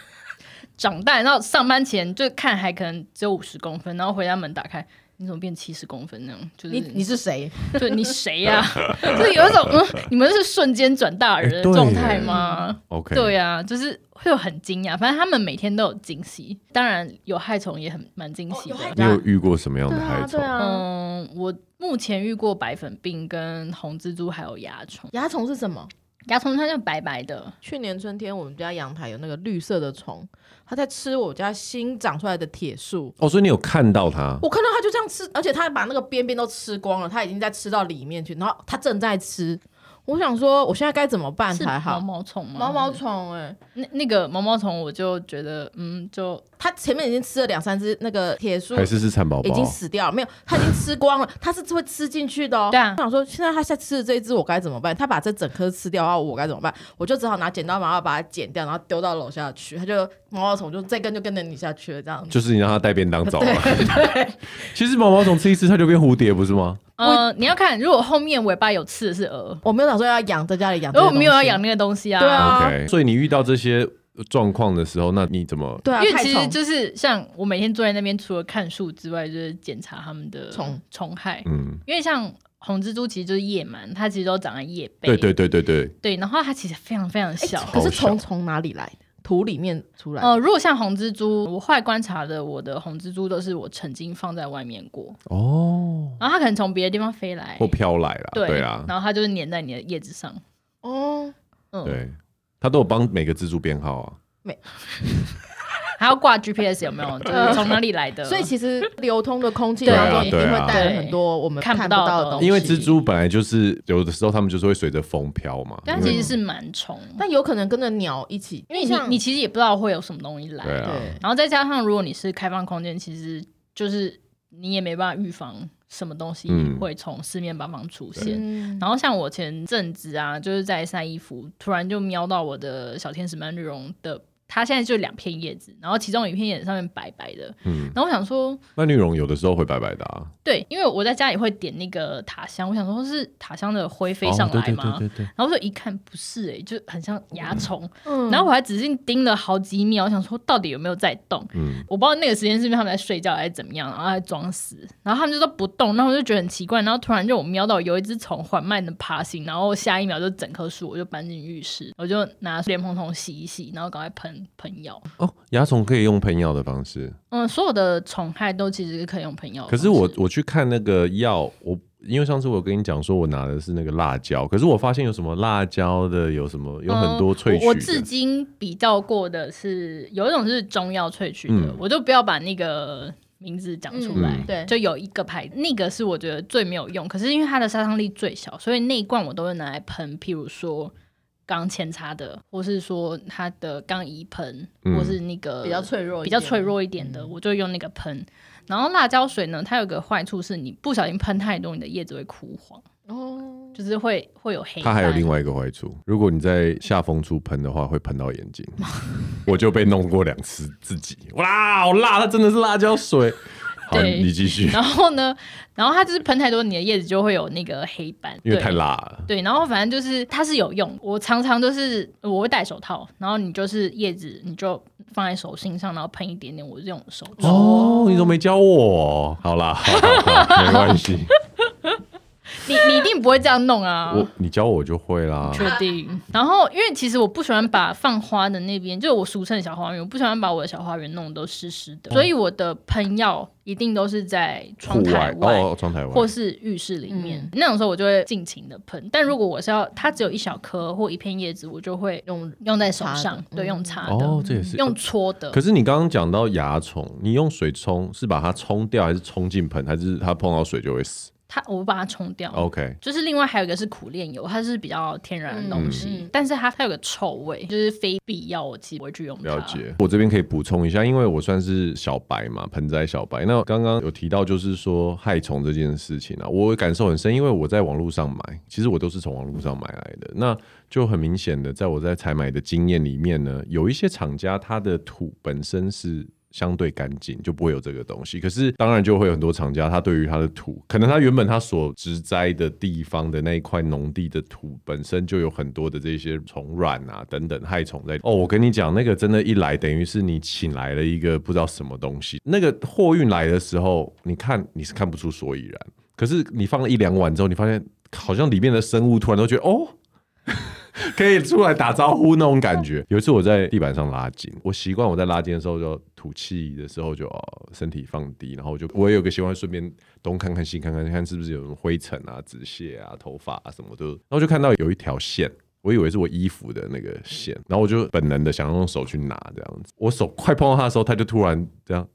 [SPEAKER 3] 长大，然后上班前就看还可能只有五十公分，然后回家门打开。你怎么变七十公分那种？ 就是
[SPEAKER 2] 你你是谁？
[SPEAKER 3] 就你谁 呀、就是有一种，嗯，你们是瞬间转大人
[SPEAKER 1] 哎
[SPEAKER 3] 的
[SPEAKER 1] 对
[SPEAKER 3] 状态
[SPEAKER 1] 耶
[SPEAKER 3] 吗？
[SPEAKER 1] OK，
[SPEAKER 2] 啊
[SPEAKER 3] 对呀、就是会有很惊讶。反正他们每天都有惊喜，当然有害虫也很蛮
[SPEAKER 2] 哦
[SPEAKER 3] 惊喜的。
[SPEAKER 1] 你有遇过什么样的害虫？
[SPEAKER 2] 啊，
[SPEAKER 3] 嗯，我目前遇过白粉病、跟红蜘蛛还有蚜虫。
[SPEAKER 2] 蚜虫是什么？
[SPEAKER 3] 蚜虫它就白白的，
[SPEAKER 2] 去年春天我们家阳台有那个绿色的虫，它在吃我家新长出来的铁树。
[SPEAKER 1] 哦，所以你有看到它？
[SPEAKER 2] 我看到它就这样吃，而且它把那个边边都吃光了，它已经在吃到里面去，然后它正在吃。我想说，我现在该怎么办
[SPEAKER 3] 是
[SPEAKER 2] 才
[SPEAKER 3] 毛
[SPEAKER 2] 好？
[SPEAKER 3] 毛虫吗？
[SPEAKER 2] 毛毛虫、哎，
[SPEAKER 3] 那那个毛毛虫，我就觉得，嗯，就
[SPEAKER 2] 它前面已经吃了两三只那个铁树，
[SPEAKER 1] 还是是蚕宝
[SPEAKER 2] 已经
[SPEAKER 1] 宝？
[SPEAKER 2] 死掉了，没有，它已经吃光了，它是会吃进去的哦。
[SPEAKER 3] 对啊
[SPEAKER 2] 我想说现在它在吃的这一只，我该怎么办？它把这整颗吃掉的话，我该怎么办？我就只好拿剪刀把它把它剪掉，然后丢到楼下去。它就毛毛虫就这根就跟着你下去了，这样子。
[SPEAKER 1] 就是你让它带便当走啊。 其实毛毛虫吃一吃，它就变蝴蝶，不是吗？
[SPEAKER 3] 呃，你要看，如果后面尾巴有刺的是蛾，
[SPEAKER 2] 我没有打算要养，在家里养。
[SPEAKER 3] 而我没有要养，那个东西啊。
[SPEAKER 2] 对啊
[SPEAKER 1] OK，所以你遇到这些状况的时候，那你怎么？
[SPEAKER 2] 对啊，
[SPEAKER 3] 因为
[SPEAKER 2] 太
[SPEAKER 3] 其实
[SPEAKER 2] 虫
[SPEAKER 3] 就是像我每天坐在那边，除了看书之外，就是检查他们的
[SPEAKER 2] 虫
[SPEAKER 3] 虫害。
[SPEAKER 1] 嗯，
[SPEAKER 3] 因为像红蜘蛛其实就是叶螨，它其实都长在叶背。
[SPEAKER 1] 对对对对对，
[SPEAKER 3] 对，然后它其实非常非常小。
[SPEAKER 2] 可是
[SPEAKER 1] 好小
[SPEAKER 2] 虫从哪里来的？土里面出来的。
[SPEAKER 3] 呃，如果像红蜘蛛，我后来观察的，我的红蜘蛛都是我曾经放在外面过，
[SPEAKER 1] 哦，
[SPEAKER 3] 然后它可能从别的地方飞来
[SPEAKER 1] 或，飘来啦，
[SPEAKER 3] 对
[SPEAKER 1] 对啊，
[SPEAKER 3] 然后它就是粘在你的叶子上。
[SPEAKER 2] 哦，
[SPEAKER 3] 嗯，
[SPEAKER 1] 对他都有帮每个蜘蛛编号啊。
[SPEAKER 3] 还要挂 GPS 有 没有？就是从哪里来的？
[SPEAKER 2] 所以其实流通的空气
[SPEAKER 3] 对
[SPEAKER 2] 当中一定
[SPEAKER 1] 对
[SPEAKER 2] 会
[SPEAKER 1] 啊
[SPEAKER 2] 带来很多我们
[SPEAKER 3] 看
[SPEAKER 2] 看
[SPEAKER 3] 不
[SPEAKER 2] 不
[SPEAKER 3] 到
[SPEAKER 2] 到
[SPEAKER 3] 的
[SPEAKER 2] 的东西。
[SPEAKER 1] 因为蜘，蛛本来就是有的时候，他们就是会随着风飘嘛。
[SPEAKER 3] 但
[SPEAKER 1] 因为
[SPEAKER 3] 啊其实是螨虫，
[SPEAKER 2] 但有可能跟着鸟一起，因
[SPEAKER 3] 因为
[SPEAKER 2] 像
[SPEAKER 3] 你你其实也不知道会有什么东西来，
[SPEAKER 1] 对啊，
[SPEAKER 2] 对嗯
[SPEAKER 3] 然后再加上如果你是开放空间，其实就是你也没办法预防什么东西
[SPEAKER 1] 嗯
[SPEAKER 3] 会从四面八方出现。
[SPEAKER 2] 嗯，
[SPEAKER 3] 然后像我前阵子啊，就是在晒衣服，突然就瞄到我的小天使曼日绒的，它现在就两片叶子，然后其中有一片叶子上面白白的，
[SPEAKER 1] 嗯，
[SPEAKER 3] 然后我想说，
[SPEAKER 1] 那绿绒有的时候会白白的啊，
[SPEAKER 3] 对，因为我在家里会点那个塔香，我想说是塔香的灰飞上
[SPEAKER 1] 哦
[SPEAKER 3] 来
[SPEAKER 1] 对
[SPEAKER 3] 吗？
[SPEAKER 1] 对对对对，
[SPEAKER 3] 然后就一看不是诶、就很像蚜虫。
[SPEAKER 2] 嗯
[SPEAKER 3] 然后我还仔细盯了好几秒，我想说到底有没有在动。
[SPEAKER 1] 嗯，
[SPEAKER 3] 我不知道那个时间是不是他们在睡觉还是怎么样，然后还装死，然后他们就都不动，然后我就觉得很奇怪，然后突然就我瞄到有一只虫缓慢的爬行，然后下一秒就整棵树，我就搬进浴室，我就拿莲蓬头洗一洗，然后赶快喷喷药。
[SPEAKER 1] 哦，蚜虫可以用喷药的方式，
[SPEAKER 3] 嗯，所有的虫害都其实是可以用喷药的
[SPEAKER 1] 可
[SPEAKER 3] 方式。
[SPEAKER 1] 是我我去看那个药，我因为上次我跟你讲说我拿的是那个辣椒，可是我发现有什么辣椒的，有什么有很多萃
[SPEAKER 3] 嗯我。我至
[SPEAKER 1] 取的，
[SPEAKER 3] 今比较过的是有一种是中药萃取的，
[SPEAKER 1] 嗯
[SPEAKER 3] 我就不要把那个名字讲出来。
[SPEAKER 1] 嗯
[SPEAKER 2] 对
[SPEAKER 3] 就有一个牌，那个是我觉得最没有用，可是因为它的杀伤力最小，所以那一罐我都会拿来喷，譬如说刚扦插的，或是说它的刚移喷，
[SPEAKER 1] 嗯
[SPEAKER 3] 或是那个
[SPEAKER 2] 呃比较脆弱，啊
[SPEAKER 3] 比较脆。弱一点的，我就用那个喷。然后辣椒水呢，它有个坏处是你不小心喷太多，你的叶子会枯黄，
[SPEAKER 2] 哦，
[SPEAKER 3] 就是会会有黑斑。
[SPEAKER 1] 它还有另外一个坏处，如果你在下风处喷的话，会喷到 眼睛。我就被弄过两次，自己哇，好辣！它真的是辣椒 水。好，
[SPEAKER 3] 对
[SPEAKER 1] 你继 续，
[SPEAKER 3] 然后呢，然后它就是喷太多，你的叶子就会有那个黑斑，
[SPEAKER 1] 因为
[SPEAKER 3] 对
[SPEAKER 1] 太辣了。
[SPEAKER 3] 对，然后反正就是它是有用，我常常都是我会戴手套，然后你就是叶子你就放在手心上，然后喷一点点，我是用手 指。
[SPEAKER 1] 哦，你怎么没教我？好啦，好好 好没关系，
[SPEAKER 3] 你你一定不会这样弄啊。
[SPEAKER 1] 我你教我就会啦。
[SPEAKER 3] 确定。然后，因为其实我不喜欢把放花的那边，就是我俗称的小花园，我不喜欢把我的小花园弄得都湿湿
[SPEAKER 1] 哦
[SPEAKER 3] 的，所以我的喷药一定都是在窗
[SPEAKER 1] 户
[SPEAKER 3] 台
[SPEAKER 1] 外
[SPEAKER 3] 外
[SPEAKER 1] 哦，窗台外，
[SPEAKER 3] 或是浴室里面、那种时候，我就会尽情的喷。但如果我是要它只有一小颗或一片叶子，我就会
[SPEAKER 2] 用
[SPEAKER 3] 用在手
[SPEAKER 2] 擦
[SPEAKER 3] 上
[SPEAKER 2] 的，
[SPEAKER 3] 对，
[SPEAKER 2] 嗯
[SPEAKER 3] 用擦的，
[SPEAKER 1] 哦，这也是
[SPEAKER 3] 用搓的
[SPEAKER 1] 可。是你刚刚讲到蚜虫，你用水冲是把它冲掉，还是冲进盆，还是它碰到水就会死
[SPEAKER 3] 它我把它冲掉。
[SPEAKER 1] ？OK，
[SPEAKER 3] 就是另外还有一个是苦楝油，它是比较天然的东西，
[SPEAKER 2] 嗯嗯
[SPEAKER 3] 但是它它有个臭味，就是非必要我其实不会去用它。
[SPEAKER 1] 了解。我这边可以补充一下，因为我算是小白嘛，盆栽小白。那刚刚有提到就是说害虫这件事情啊，我感受很深，因为我在网络上买，其实我都是从网络上买来的。那就很明显的，在我在采买的经验里面呢，有一些厂家它的土本身是。相对干净就不会有这个东西，可是当然就会有很多厂家，他对于他的土，可能他原本他所植栽的地方的那一块农地的土本身就有很多的这些虫卵啊等等害虫在。哦，我跟你讲，那个真的，一来等于是你请来了一个不知道什么东西，那个货运来的时候，你看你是看不出所以然，可是你放了一两碗之后，你发现好像里面的生物突然都觉得哦， 可以出来打招呼那种感觉。有一次我在地板上拉筋，我习惯我在拉筋的时候就吐气的时候就、哦、身体放低，然后我就我也有个习惯，顺便东看看西看看，看是不是有什么灰尘啊、纸屑啊、头发啊什么的。然后就看到有一条线。我以为是我衣服的那个线，然后我就本能的想用手去拿，这样子。我手快碰到它的时候，它就突然这样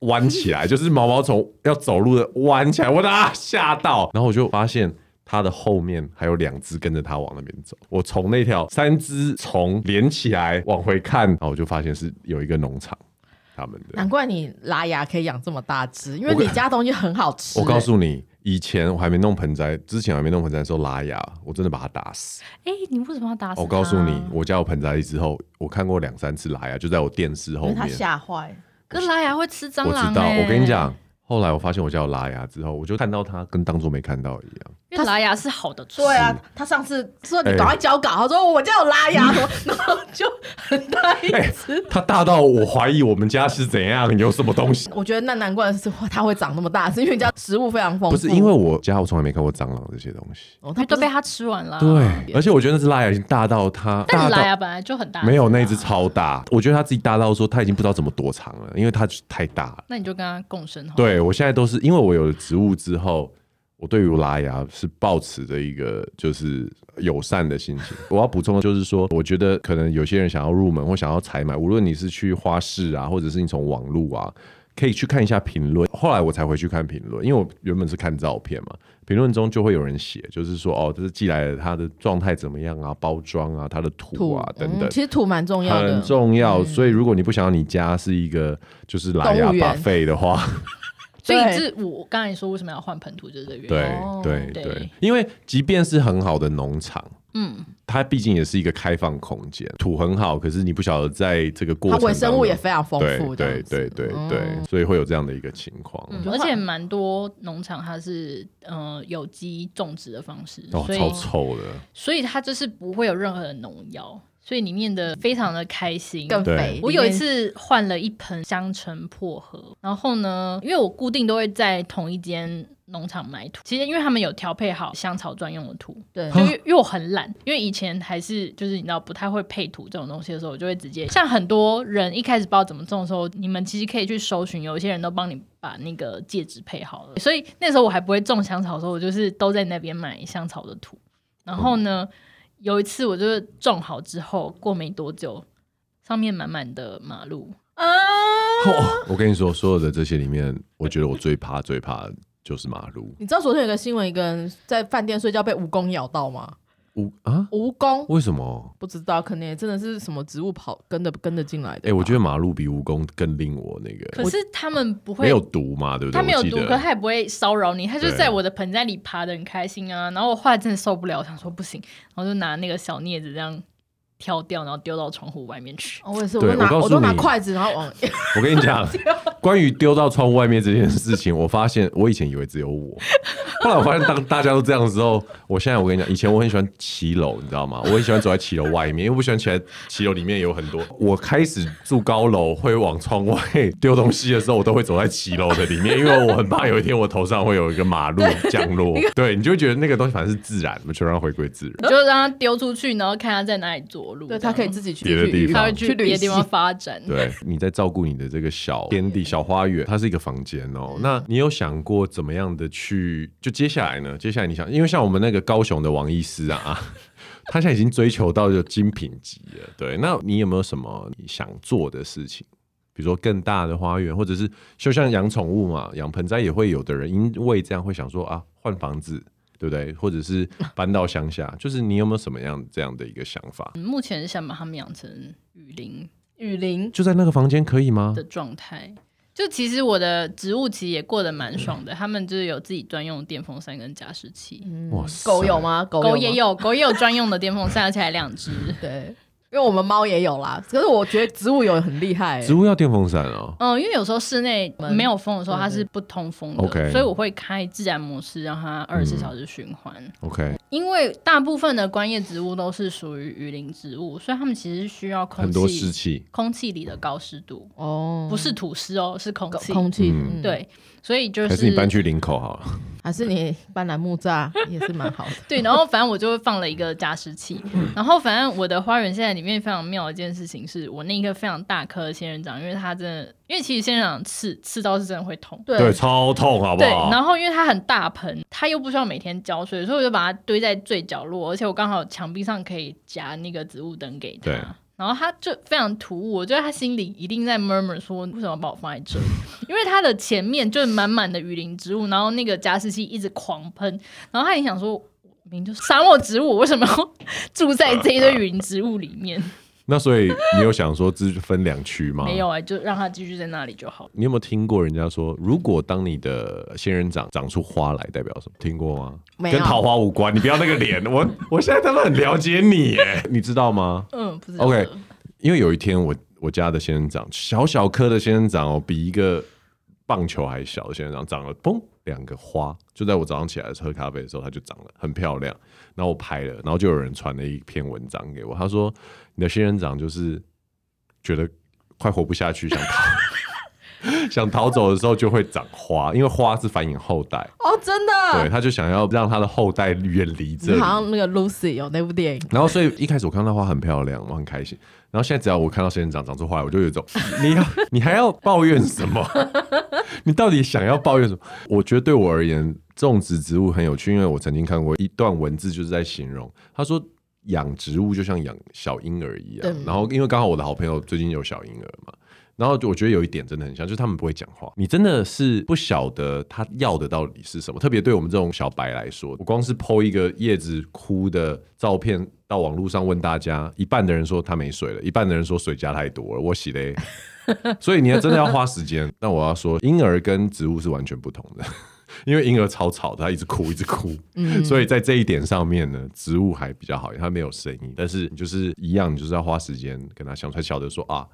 [SPEAKER 1] 弯起来，就是毛毛虫要走路的弯起来，我啊吓到，然后我就发现。它的后面还有两只跟着它往那边走，我从那条三只虫连起来往回看，然后我就发现是有一个农场，他们的。
[SPEAKER 2] 难怪你拉牙可以养这么大只，因为
[SPEAKER 1] 我跟
[SPEAKER 2] 你家东西很好吃。
[SPEAKER 1] 我告诉你，以前我还没弄盆栽，之前还没弄盆栽的时候拉牙，我真的把它打死。
[SPEAKER 3] 哎、你为什么要打死它？
[SPEAKER 1] 我告诉你，我家有盆栽之后，我看过两三次拉牙，就在我电视后
[SPEAKER 2] 因为
[SPEAKER 1] 面。
[SPEAKER 2] 他吓坏。
[SPEAKER 3] 可是拉牙会吃蟑
[SPEAKER 1] 我
[SPEAKER 3] 螂、欸。
[SPEAKER 1] 知道，我跟你，讲，后来我发现我家有拉牙之后，我就看到它跟当做没看到一样。
[SPEAKER 3] 因为拉牙是好的虫。
[SPEAKER 2] 对啊，他上次说你
[SPEAKER 1] 哎
[SPEAKER 2] 赶快交稿，他说我家有拉牙， 然后 就很大一只。
[SPEAKER 1] 它哎大到我怀疑我们家是怎样有什么东西。
[SPEAKER 2] 我觉得那难怪是哇它会长那么大，是因为你家食物非常丰
[SPEAKER 1] 不
[SPEAKER 2] 富。
[SPEAKER 1] 是因为我家我从来没看过蟑螂这些东 西，
[SPEAKER 2] 哦，
[SPEAKER 3] 因
[SPEAKER 2] 它
[SPEAKER 3] 为都
[SPEAKER 2] 都
[SPEAKER 3] 被
[SPEAKER 2] 被
[SPEAKER 3] 它吃完了。，
[SPEAKER 1] 对，而且我觉得那只拉牙已经大到它大
[SPEAKER 3] 但拉
[SPEAKER 1] 到
[SPEAKER 3] 牙本来就很大、啊
[SPEAKER 1] 没有那一只。超大，我觉得它自己大到说它已经不知道怎么躲藏了，因为它太大了。
[SPEAKER 3] 那你就跟它共生好了。
[SPEAKER 1] 对我现在都是因为我有了植物之后，我对于拉牙是抱持着一个就是友善的心情。我要补充的就是说，我觉得可能有些人想要入门或想要采买，无论你是去花市啊，或者是你从网络啊，可以去看一下评论。后来我才回去看评论，因为我原本是看照片嘛，评论中就会有人写，就是说哦，这是寄来的，它的状态怎么样啊，包装啊，它的
[SPEAKER 2] 土
[SPEAKER 1] 图啊等等
[SPEAKER 2] 嗯，。其实土蛮重要的嗯
[SPEAKER 1] 很。重要，所以如果你不想要你家是一个就是拉
[SPEAKER 2] 动
[SPEAKER 1] 牙
[SPEAKER 2] 物园
[SPEAKER 1] 把费的话，
[SPEAKER 3] 所以
[SPEAKER 2] 对
[SPEAKER 3] 是我刚才说为什么要换盆土，就是这个原因。
[SPEAKER 1] 对
[SPEAKER 2] 哦
[SPEAKER 1] 对
[SPEAKER 3] 对
[SPEAKER 1] 对，因为即便是很好的农场，
[SPEAKER 3] 嗯，
[SPEAKER 1] 它毕竟也是一个开放空间，土很好，可是你不晓得在这个过
[SPEAKER 2] 它
[SPEAKER 1] 程当中，
[SPEAKER 2] 微生物也非常丰
[SPEAKER 1] 对
[SPEAKER 2] 富，这
[SPEAKER 1] 对
[SPEAKER 2] 样子
[SPEAKER 1] 对对
[SPEAKER 2] 嗯
[SPEAKER 1] 对，所以会有这样的一个情况。
[SPEAKER 3] 嗯
[SPEAKER 2] 就
[SPEAKER 3] 而
[SPEAKER 2] 换
[SPEAKER 3] 且蛮多农场它是呃有机种植的方式，
[SPEAKER 1] 哦，
[SPEAKER 3] 所以
[SPEAKER 1] 超臭的，
[SPEAKER 3] 所以它就是不会有任何的农药，所以里面的非常的开心。
[SPEAKER 2] 更
[SPEAKER 1] 对
[SPEAKER 2] 肥。
[SPEAKER 3] 我有一
[SPEAKER 2] 里面
[SPEAKER 3] 次换了一盆香橙薄荷，然后呢，因为我固定都会在同一间农场买土，其实因为他们有调配好香草专用的土，
[SPEAKER 2] 对
[SPEAKER 3] 就因为因为我很懒，因为以前还是就是你知道不太会配土这种东西的时候，我就会直接像很多人一开始不知道怎么种的时候，你们其实可以去搜寻，有一些人都帮你把那个介质配好了。所以那时候我还不会种香草的时候，我就是都在那边买香草的土。然后呢，有一次我就是种好之后，过没多久，上面满满的马路，
[SPEAKER 2] 啊，
[SPEAKER 1] 哦我跟你说，所有的这些里面，我觉得我最怕最怕的就是马路
[SPEAKER 2] 你知道昨天有个新闻，一个人在饭店睡觉被蜈蚣咬到吗？
[SPEAKER 1] 五啊？
[SPEAKER 2] 蜈蚣
[SPEAKER 1] 为什么？
[SPEAKER 2] 不知道，可能也真的是什么植物跑跟着跟着进来的吧。
[SPEAKER 1] 哎、我觉得马路比蜈蚣更令我那个，
[SPEAKER 3] 可是他们不
[SPEAKER 1] 没
[SPEAKER 3] 会
[SPEAKER 1] 有毒嘛，对不对？
[SPEAKER 3] 他没有
[SPEAKER 1] 我记
[SPEAKER 3] 毒，
[SPEAKER 1] 得
[SPEAKER 3] 可他也不会骚扰你，他就
[SPEAKER 1] 对
[SPEAKER 3] 在我的盆栽里爬的很开心啊。然后我后来真的受不了，我想说不行，然后就拿那个小镊子这样挑掉，然后丢到窗户外面去。
[SPEAKER 2] 哦我也是，我
[SPEAKER 1] 对
[SPEAKER 2] 都拿
[SPEAKER 1] 我告诉
[SPEAKER 2] 都拿
[SPEAKER 1] 你
[SPEAKER 2] 筷子，然后往
[SPEAKER 1] 我跟你讲，关于丢到窗户外面这件事情，我发现我以前以为只有我，后来我发现当大家都这样的时候，我现在我跟你讲，以前我很喜欢骑楼，你知道吗？我很喜欢走在骑楼外面，因为我不喜欢起来骑楼里面有很多。我开始住高楼，会往窗外丢东西的时候，我都会走在骑楼的里面，因为我很怕有一天我头上会有一个马路降落。对，你就会觉得那个东西反正是自然，我们就让它回归自然。
[SPEAKER 3] 你就让它丢出去，然后看它在哪里着陆。
[SPEAKER 2] 嗯对
[SPEAKER 3] 这样
[SPEAKER 2] 他可以自己去
[SPEAKER 1] 别的
[SPEAKER 2] 去
[SPEAKER 1] 地
[SPEAKER 2] 旅
[SPEAKER 1] 方
[SPEAKER 3] 它
[SPEAKER 1] 他
[SPEAKER 3] 会
[SPEAKER 2] 去
[SPEAKER 3] 去别的地方
[SPEAKER 2] 旅行
[SPEAKER 3] 发展。
[SPEAKER 1] 对，你在照顾你的这个小天地、小花园，它是一个房间哦、那你有想过怎么样的去？就接下来呢？接下来你想，因为像我们那个高雄的王医师啊， 啊他现在已经追求到就精品级了。对，那你有没有什么你想做的事情？比如说更大的花园，或者是就像养宠物嘛，养盆栽也会有的人因为这样会想说啊，换房子。对不对？或者是搬到乡下，就是你有没有什么样这样的一个想法？
[SPEAKER 3] 嗯目前是想把它们养成雨林
[SPEAKER 2] 雨林，
[SPEAKER 1] 就在那个房间可以吗？
[SPEAKER 3] 的状态。就其实我的植物其实也过得
[SPEAKER 1] 嗯
[SPEAKER 3] 蛮爽的，他们就是有自己专用的电风扇跟加湿器，
[SPEAKER 2] 嗯
[SPEAKER 1] 哇塞
[SPEAKER 2] 狗有吗？狗
[SPEAKER 3] 狗
[SPEAKER 2] 有
[SPEAKER 3] 也
[SPEAKER 2] 吗，
[SPEAKER 3] 有，狗也有专用的电风扇，而且还两只。
[SPEAKER 2] 对，因为我们猫也有啦。可是我觉得植物有很厉害欸，
[SPEAKER 1] 植物要电风扇哦。
[SPEAKER 3] 嗯，因为有时候室内
[SPEAKER 2] 门
[SPEAKER 3] 没有风的时候，
[SPEAKER 2] 对
[SPEAKER 3] 它
[SPEAKER 2] 对
[SPEAKER 3] 是不通风的
[SPEAKER 1] OK 嗯
[SPEAKER 3] 所以我会开自然模式，让它二十四小时循环。
[SPEAKER 1] OK，
[SPEAKER 3] 因为大部分的观叶植物都是属于雨林植物，所以它们其实是需要
[SPEAKER 1] 很
[SPEAKER 3] 空
[SPEAKER 1] 多湿
[SPEAKER 3] 气
[SPEAKER 1] 气，
[SPEAKER 3] 空气里的高湿度，
[SPEAKER 2] 哦，
[SPEAKER 3] 不是土湿哦，是空
[SPEAKER 2] 空
[SPEAKER 3] 气。
[SPEAKER 2] 空气，
[SPEAKER 1] 嗯
[SPEAKER 2] 嗯，
[SPEAKER 3] 对，所以就
[SPEAKER 1] 还是你搬去林口好了。
[SPEAKER 2] 还是你搬来木栅也是蛮好的。
[SPEAKER 3] 对，然后反正我就会放了一个加湿器，然后反正我的花园现在里面非常妙的一件事情是，我那一棵非常大棵的仙人掌，因为它真的，因为其实仙人掌刺刺到是真的会痛，
[SPEAKER 1] 对，超痛，好不
[SPEAKER 3] 对，
[SPEAKER 1] 好？
[SPEAKER 3] 然后因为它很大盆，它又不需要每天浇水，所以我就把它堆在最角落，而且我刚好墙壁上可以夹那个植物灯给它
[SPEAKER 1] 对。
[SPEAKER 3] 然后它就非常突兀，我觉得它心里一定在 murmur 说：“为什么把我放在这里？” 因为它的前面就是满满的雨林植物，然后那个加湿器一直狂喷，然后它也想说：“明明就是沙漠植物，我为什么要住在这一堆雨林植物里 面
[SPEAKER 1] 那所以你有想说只分两区？”吗？
[SPEAKER 3] 没。有哎、就让它继续在那里就好了。
[SPEAKER 1] 你有没有听过人家说，如果当你的仙人掌长出花来，代表什么？听过吗？
[SPEAKER 2] 没有
[SPEAKER 1] 跟桃花无关，你不要那个脸。我我现在他妈很了解你耶，你知道吗？
[SPEAKER 3] 嗯，不知道
[SPEAKER 1] OK，因为有一天我我家的仙人掌，小小颗的仙人掌哦，比一个棒球还小的仙人掌长了，嘣，两个花，就在我早上起来喝咖啡的时候，它就长了，很漂亮。然后我拍了，然后就有人传了一篇文章给我，他 说你的仙人掌就是觉得快活不下去，想逃。想逃走的时候就会长花，因为花是繁衍后代，
[SPEAKER 2] 哦，真
[SPEAKER 1] 对，
[SPEAKER 2] 的，
[SPEAKER 1] 他就想要让他的后代远离这
[SPEAKER 2] 你
[SPEAKER 1] 里。
[SPEAKER 2] 好像那个 Lucy 有那部电影，
[SPEAKER 1] 然后，所以一开始我看到花很漂亮，我很开心。然后现在只要我看到仙人掌长出花来，我就有一种你要你还要抱怨什么？ 你到底想要抱怨什么？我觉得对我而言，种植植物很有趣，因为我曾经看过一段文字，就是在形容他说养植物就像养小婴儿一样
[SPEAKER 2] 对。
[SPEAKER 1] 然后，因为刚好我的好朋友最近有小婴儿嘛。然后就我觉得有一点真的很像，就是他们不会讲话，你真的是不晓得他要的到底是什么。特别对我们这种小白来说，我光是剖一个叶子枯的照片到网络上问大家，一半的人说他没水了，一半的人说水加太多了，我洗嘞。 所以你要真的要花时间。但我要说，婴儿跟植物是完全不同的，因为婴儿超吵的，他一直哭一直哭，所以在这一点上面呢，植物还比较好，因为它没有声音。但是你就是一样，你就是要花时间跟他相处，才晓得说啊。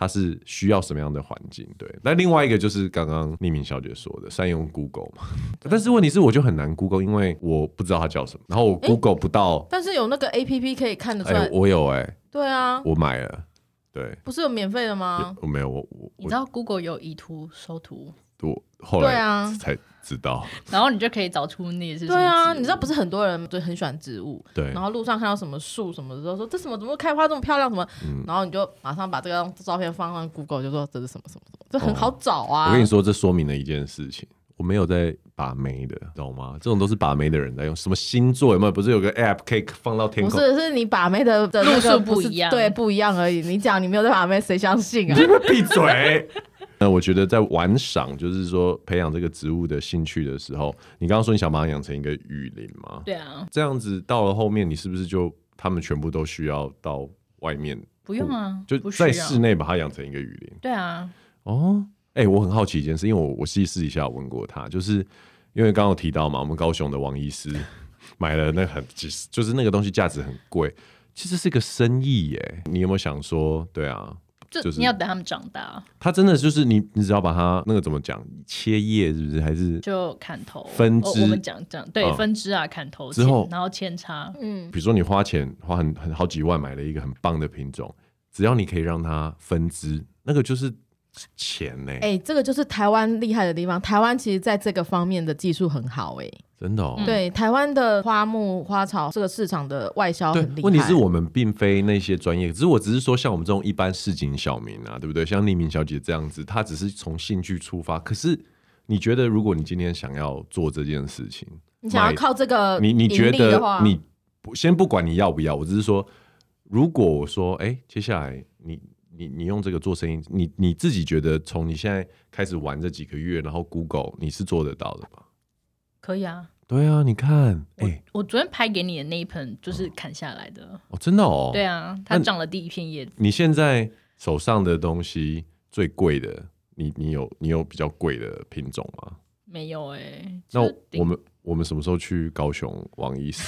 [SPEAKER 1] 它是需要什么样的环境？对，那另外一个就是刚刚匿名小姐说的，善用 Google 嘛。 但是问题是，我就很难 Google，因为我不知道它叫什么，然后我 Google 不到。
[SPEAKER 2] 但是有那个 A P P 可以看得出
[SPEAKER 1] 哎、
[SPEAKER 2] 来，
[SPEAKER 1] 我有哎、
[SPEAKER 2] 对啊，
[SPEAKER 1] 我买了，对，
[SPEAKER 2] 不是有免费的吗？
[SPEAKER 1] 我没有，我我
[SPEAKER 3] 你知道 Google 有以图搜图，
[SPEAKER 1] 我后
[SPEAKER 2] 对
[SPEAKER 1] 来
[SPEAKER 2] 啊
[SPEAKER 1] 才知道。
[SPEAKER 3] 然后你就可以找出你是什么
[SPEAKER 2] 对啊，
[SPEAKER 3] 植物
[SPEAKER 2] 你知道不是很多人就很喜欢植物，
[SPEAKER 1] 对
[SPEAKER 2] 然后路上看到什么树什么的，都说这什么怎么会开花这么漂亮什么，
[SPEAKER 1] 嗯
[SPEAKER 2] 然后你就马上把这张照片放上 Google，就说这是什么什么什么，这很好找啊。
[SPEAKER 1] 哦我跟你说，这说明了一件事情，我没有在把妹的，懂吗？这种都是把妹的人在用。什么星座有没有？不是有个 app 可以放到天
[SPEAKER 2] 不
[SPEAKER 1] 空？
[SPEAKER 2] 是，是你把妹的的那
[SPEAKER 3] 路
[SPEAKER 2] 个
[SPEAKER 3] 数不
[SPEAKER 2] 是
[SPEAKER 3] 一样
[SPEAKER 2] 对，不一样而已。你讲你没有在把妹，谁相 信啊？
[SPEAKER 1] 闭嘴。 那我觉得在玩赏，就是说培养这个植物的兴趣的时候，你刚刚说你想把它养成一个雨林吗？
[SPEAKER 3] 对啊，
[SPEAKER 1] 这样子到了后面，你是不是就他们全部都需要到外面？
[SPEAKER 3] 不用啊，
[SPEAKER 1] 就
[SPEAKER 3] 不需要
[SPEAKER 1] 在室内把它养成一个雨林？
[SPEAKER 3] 对啊，
[SPEAKER 1] 哦，哎、我很好奇一件事，因为我我私私底下有问过他，就是因为刚刚有提到嘛，我们高雄的王医师买了那很几十，就是那个东西价值很贵，其实是个生意耶。你有没有想说，对啊，
[SPEAKER 3] 就
[SPEAKER 1] 就是
[SPEAKER 3] 你要等他们长大
[SPEAKER 1] 它真的就是你，你只要把它那个怎么讲，切叶是不是？还是
[SPEAKER 3] 就砍头
[SPEAKER 1] 分
[SPEAKER 3] 哦
[SPEAKER 1] 支
[SPEAKER 3] 我们讲讲对
[SPEAKER 1] 嗯
[SPEAKER 3] 分支啊，砍头
[SPEAKER 1] 之后
[SPEAKER 3] 切然后扦插，
[SPEAKER 2] 嗯，
[SPEAKER 1] 比如说你花钱花很很好几万买了一个很棒的品种，只要你可以让它分支，那个就是钱呢、
[SPEAKER 2] 哎、这个就是台湾厉害的地方。台湾其实在这个方面的技术很好、哎、
[SPEAKER 1] 真的哦、
[SPEAKER 2] 对，台湾的花木花草这个市场的外销
[SPEAKER 1] 对
[SPEAKER 2] 很厉害。
[SPEAKER 1] 问题是我们并非那些专业，只是我只是说，像我们这种一般市井小民啊，对不对？像匿名小姐这样子，她只是从兴趣出发。可是你觉得，如果你今天想要做这件事情，
[SPEAKER 2] 你想要
[SPEAKER 1] 买
[SPEAKER 2] 靠这
[SPEAKER 3] 呃
[SPEAKER 2] 个
[SPEAKER 1] 你你
[SPEAKER 2] 盈
[SPEAKER 1] 觉
[SPEAKER 2] 利的话
[SPEAKER 1] 得你不先不管你要不要，我只是说，如果我说，哎、接下来你你你用这个做生意，你你自己觉得从你现在开始玩这几个月，然后 Google 你是做得到的吗？
[SPEAKER 3] 可以啊。
[SPEAKER 1] 对啊，你看，哎、
[SPEAKER 3] 我昨天拍给你的那一盆就是砍下来的，
[SPEAKER 1] 哦，真的哦，
[SPEAKER 3] 对啊，它
[SPEAKER 1] 那
[SPEAKER 3] 长了第一片叶子。
[SPEAKER 1] 你现在手上的东西最贵的，你你有你有比较贵的品种吗？
[SPEAKER 3] 没有哎、
[SPEAKER 1] 那
[SPEAKER 3] 就是顶
[SPEAKER 1] 我们我们什么时候去高雄王医师？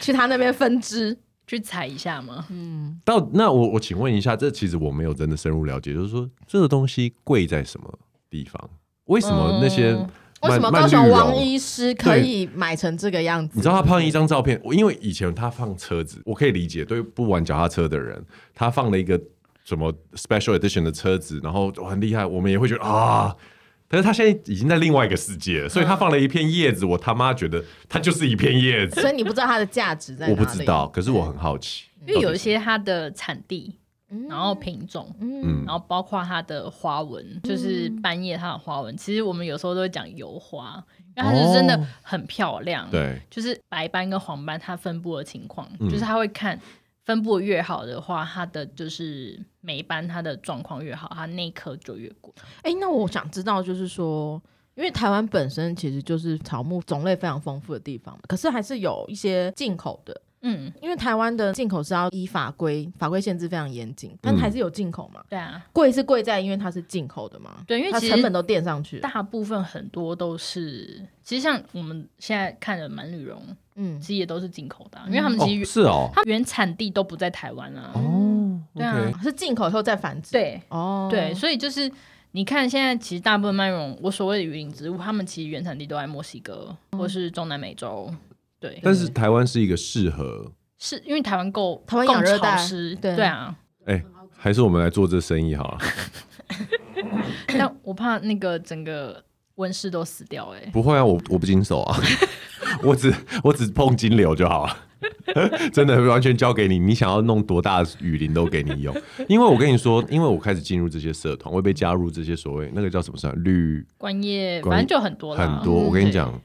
[SPEAKER 2] 去他那边分支，
[SPEAKER 3] 去采一下吗？
[SPEAKER 2] 嗯，
[SPEAKER 1] 到那我我请问一下，这其实我没有真的深入了解，就是说这个东西贵在什么地方？为什么那些
[SPEAKER 3] 嗯
[SPEAKER 2] 为什
[SPEAKER 1] 曼
[SPEAKER 2] 么
[SPEAKER 1] 曼
[SPEAKER 2] 高雄
[SPEAKER 1] 绿绒
[SPEAKER 2] 王医师可以买成这个样子？
[SPEAKER 1] 你知道他放一张照片，我因为以前他放车子，我可以理解，对不玩脚踏车的人，他放了一个什么 special edition 的车子，然后哇很厉害，我们也会觉得啊。但是他现在已经在另外一个世界了，所以
[SPEAKER 2] 嗯
[SPEAKER 1] 他放了一片叶子，我他妈觉得它就是一片叶子，
[SPEAKER 2] 所以你不知道它的价值在哪里。
[SPEAKER 1] 我不知道，可是我很好奇，
[SPEAKER 3] 因为有一些它的产地，
[SPEAKER 2] 嗯，
[SPEAKER 3] 然后品种，
[SPEAKER 1] 嗯
[SPEAKER 2] 嗯，
[SPEAKER 3] 然后包括它的花纹，就是半叶它的花纹。其实我们有时候都会讲油花，因为它是真的
[SPEAKER 1] 哦
[SPEAKER 3] 很漂亮。，
[SPEAKER 1] 对，
[SPEAKER 3] 就是白斑跟黄斑它分布的情况，
[SPEAKER 1] 嗯
[SPEAKER 3] 就是它会看分布越好的话，它的就是每斑它的状况越好，它那一颗就越贵。
[SPEAKER 2] 哎、那我想知道，就是说，因为台湾本身其实就是草木种类非常丰富的地方嘛，可是还是有一些进口的，
[SPEAKER 3] 嗯，
[SPEAKER 2] 因为台湾的进口是要依法规，法规限制非常严谨，但
[SPEAKER 1] 嗯
[SPEAKER 2] 还是有进口嘛。
[SPEAKER 3] 对啊，
[SPEAKER 2] 贵是贵在因为它是进口的嘛，
[SPEAKER 3] 对因为
[SPEAKER 2] 它
[SPEAKER 3] 其实
[SPEAKER 2] 成本都垫上去了。
[SPEAKER 3] 大部分很多都是，其实像我们现在看的满绿绒，
[SPEAKER 2] 嗯
[SPEAKER 3] 其，实也都是进口的啊、因为他们
[SPEAKER 1] 哦
[SPEAKER 3] 其实原、
[SPEAKER 1] 是哦，
[SPEAKER 3] 它原产地都不在台湾啊。
[SPEAKER 1] 哦，
[SPEAKER 3] 对啊
[SPEAKER 1] OK
[SPEAKER 2] 是进口以后再繁殖。，
[SPEAKER 3] 对
[SPEAKER 2] 哦，
[SPEAKER 3] 对，所以就是你看现在其实大部分麦绒，我所谓的雨林植物，它们其实原产地都在墨西哥
[SPEAKER 2] 嗯
[SPEAKER 3] 或是中南美洲。对，
[SPEAKER 1] 但是台湾是一个适合，
[SPEAKER 3] 是因为台湾够
[SPEAKER 2] 台湾
[SPEAKER 3] 够
[SPEAKER 2] 养热带
[SPEAKER 3] 潮湿，
[SPEAKER 2] 对
[SPEAKER 3] 对啊，
[SPEAKER 1] 哎、还是我们来做这生意好了。
[SPEAKER 3] 但我怕那个整个温室都死掉哎、欸
[SPEAKER 1] 不会啊，我我不经手啊， 我只我只碰金流就好了。 真的完全交给你，你想要弄多大的雨林都给你用。因为我跟你说，因为我开始进入这些社团，我也被加入这些所谓那个叫什么社团绿
[SPEAKER 3] 观叶
[SPEAKER 1] 观
[SPEAKER 3] 反正就很多啦，
[SPEAKER 1] 很
[SPEAKER 2] 嗯
[SPEAKER 1] 多。我跟你
[SPEAKER 3] 对
[SPEAKER 1] 讲，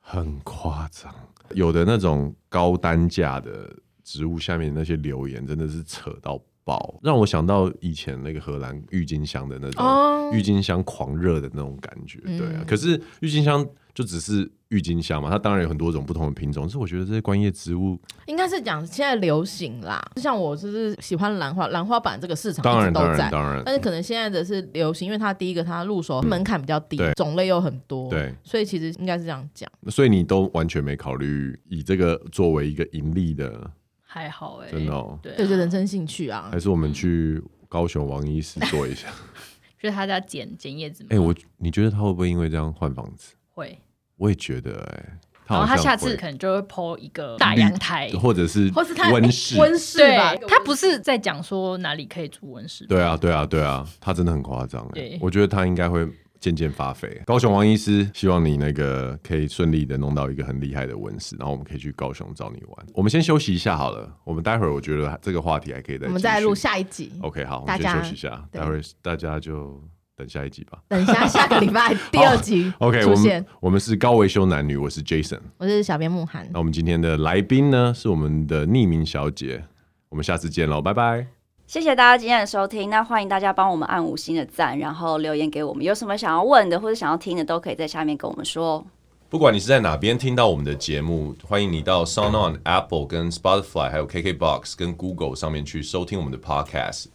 [SPEAKER 1] 很夸张，有的那种高单价的植物下面那些留言真的是扯到爆，让我想到以前那个荷兰郁金香的那
[SPEAKER 2] 哦
[SPEAKER 1] 种郁金香狂热的那种感觉。对啊，
[SPEAKER 2] 嗯
[SPEAKER 1] 可是郁金香就只是郁金香嘛，它当然有很多种不同的品种，但是我觉得这些观叶植物，
[SPEAKER 2] 应该是讲现在流行啦，就像我就是喜欢兰花，兰花版这个市场
[SPEAKER 1] 当
[SPEAKER 2] 哦一
[SPEAKER 1] 然
[SPEAKER 2] 直都
[SPEAKER 1] 当然
[SPEAKER 2] 在。嗯
[SPEAKER 1] 当然，
[SPEAKER 2] 但是可能现在的是流行，因为它第一个它入手门槛比较低
[SPEAKER 1] 对，
[SPEAKER 2] 种类又很多，，
[SPEAKER 1] 对，
[SPEAKER 2] 所以其实应该是这样讲。
[SPEAKER 1] 所以你都完全没考虑以这个作为一个盈利的，
[SPEAKER 3] 还好哎、欸，
[SPEAKER 1] 真的、哦，
[SPEAKER 3] 对啊，
[SPEAKER 2] 对，就人生兴趣啊
[SPEAKER 1] 还，是我们去高雄王医师做一下。
[SPEAKER 3] 就是他在剪剪叶子嘛，
[SPEAKER 1] 哎、我你觉得他会不会因为这样换房子？
[SPEAKER 3] 会，
[SPEAKER 1] 我也觉得哎、他
[SPEAKER 3] 然后
[SPEAKER 1] 好像
[SPEAKER 3] 他下次
[SPEAKER 1] 会
[SPEAKER 3] 可能就会 PO 一个大阳台，
[SPEAKER 1] 或者是
[SPEAKER 2] 或是它
[SPEAKER 1] 温
[SPEAKER 2] 哎
[SPEAKER 1] 室，
[SPEAKER 2] 温室
[SPEAKER 3] 对
[SPEAKER 2] 吧，，
[SPEAKER 3] 他不是在讲说哪里可以租温室，
[SPEAKER 1] 对啊，对啊，对啊，他真的很夸张哎
[SPEAKER 3] 对，
[SPEAKER 1] 我觉得他应该会渐渐发肥。高雄王医师，希望你那个可以顺利的弄到一个很厉害的文史，然后我们可以去高雄找你玩。我们先休息一下好了，我们待会儿我觉得这个话题还可以再
[SPEAKER 2] 我们再
[SPEAKER 1] 继续哦
[SPEAKER 2] 录。下一集，
[SPEAKER 1] OK，好，我
[SPEAKER 2] 大
[SPEAKER 1] 们先
[SPEAKER 2] 家
[SPEAKER 1] 休息一下，
[SPEAKER 2] 对
[SPEAKER 1] 待会儿大家就等下一集吧。
[SPEAKER 2] 等一下下 个礼拜第二集
[SPEAKER 1] OK，
[SPEAKER 2] 出
[SPEAKER 1] 我
[SPEAKER 2] 现
[SPEAKER 1] 们。我们是高维修男女，我是 Jason。
[SPEAKER 2] 我是小编慕寒
[SPEAKER 1] 那，我们今天的来宾呢，是我们的匿名小姐，我们下次见喽，拜拜。
[SPEAKER 4] 谢谢大家今天的收听，那欢迎大家帮我们按五星的赞，然后留言给我们，有什么想要问的或者想要听的，都可以在下面跟我们说哦。
[SPEAKER 1] 不管你是在哪边听到我们的节目，欢迎你到 SoundOn、Apple、跟 Spotify、还有 KKBox、跟 Google 上面去收听我们的 Podcast。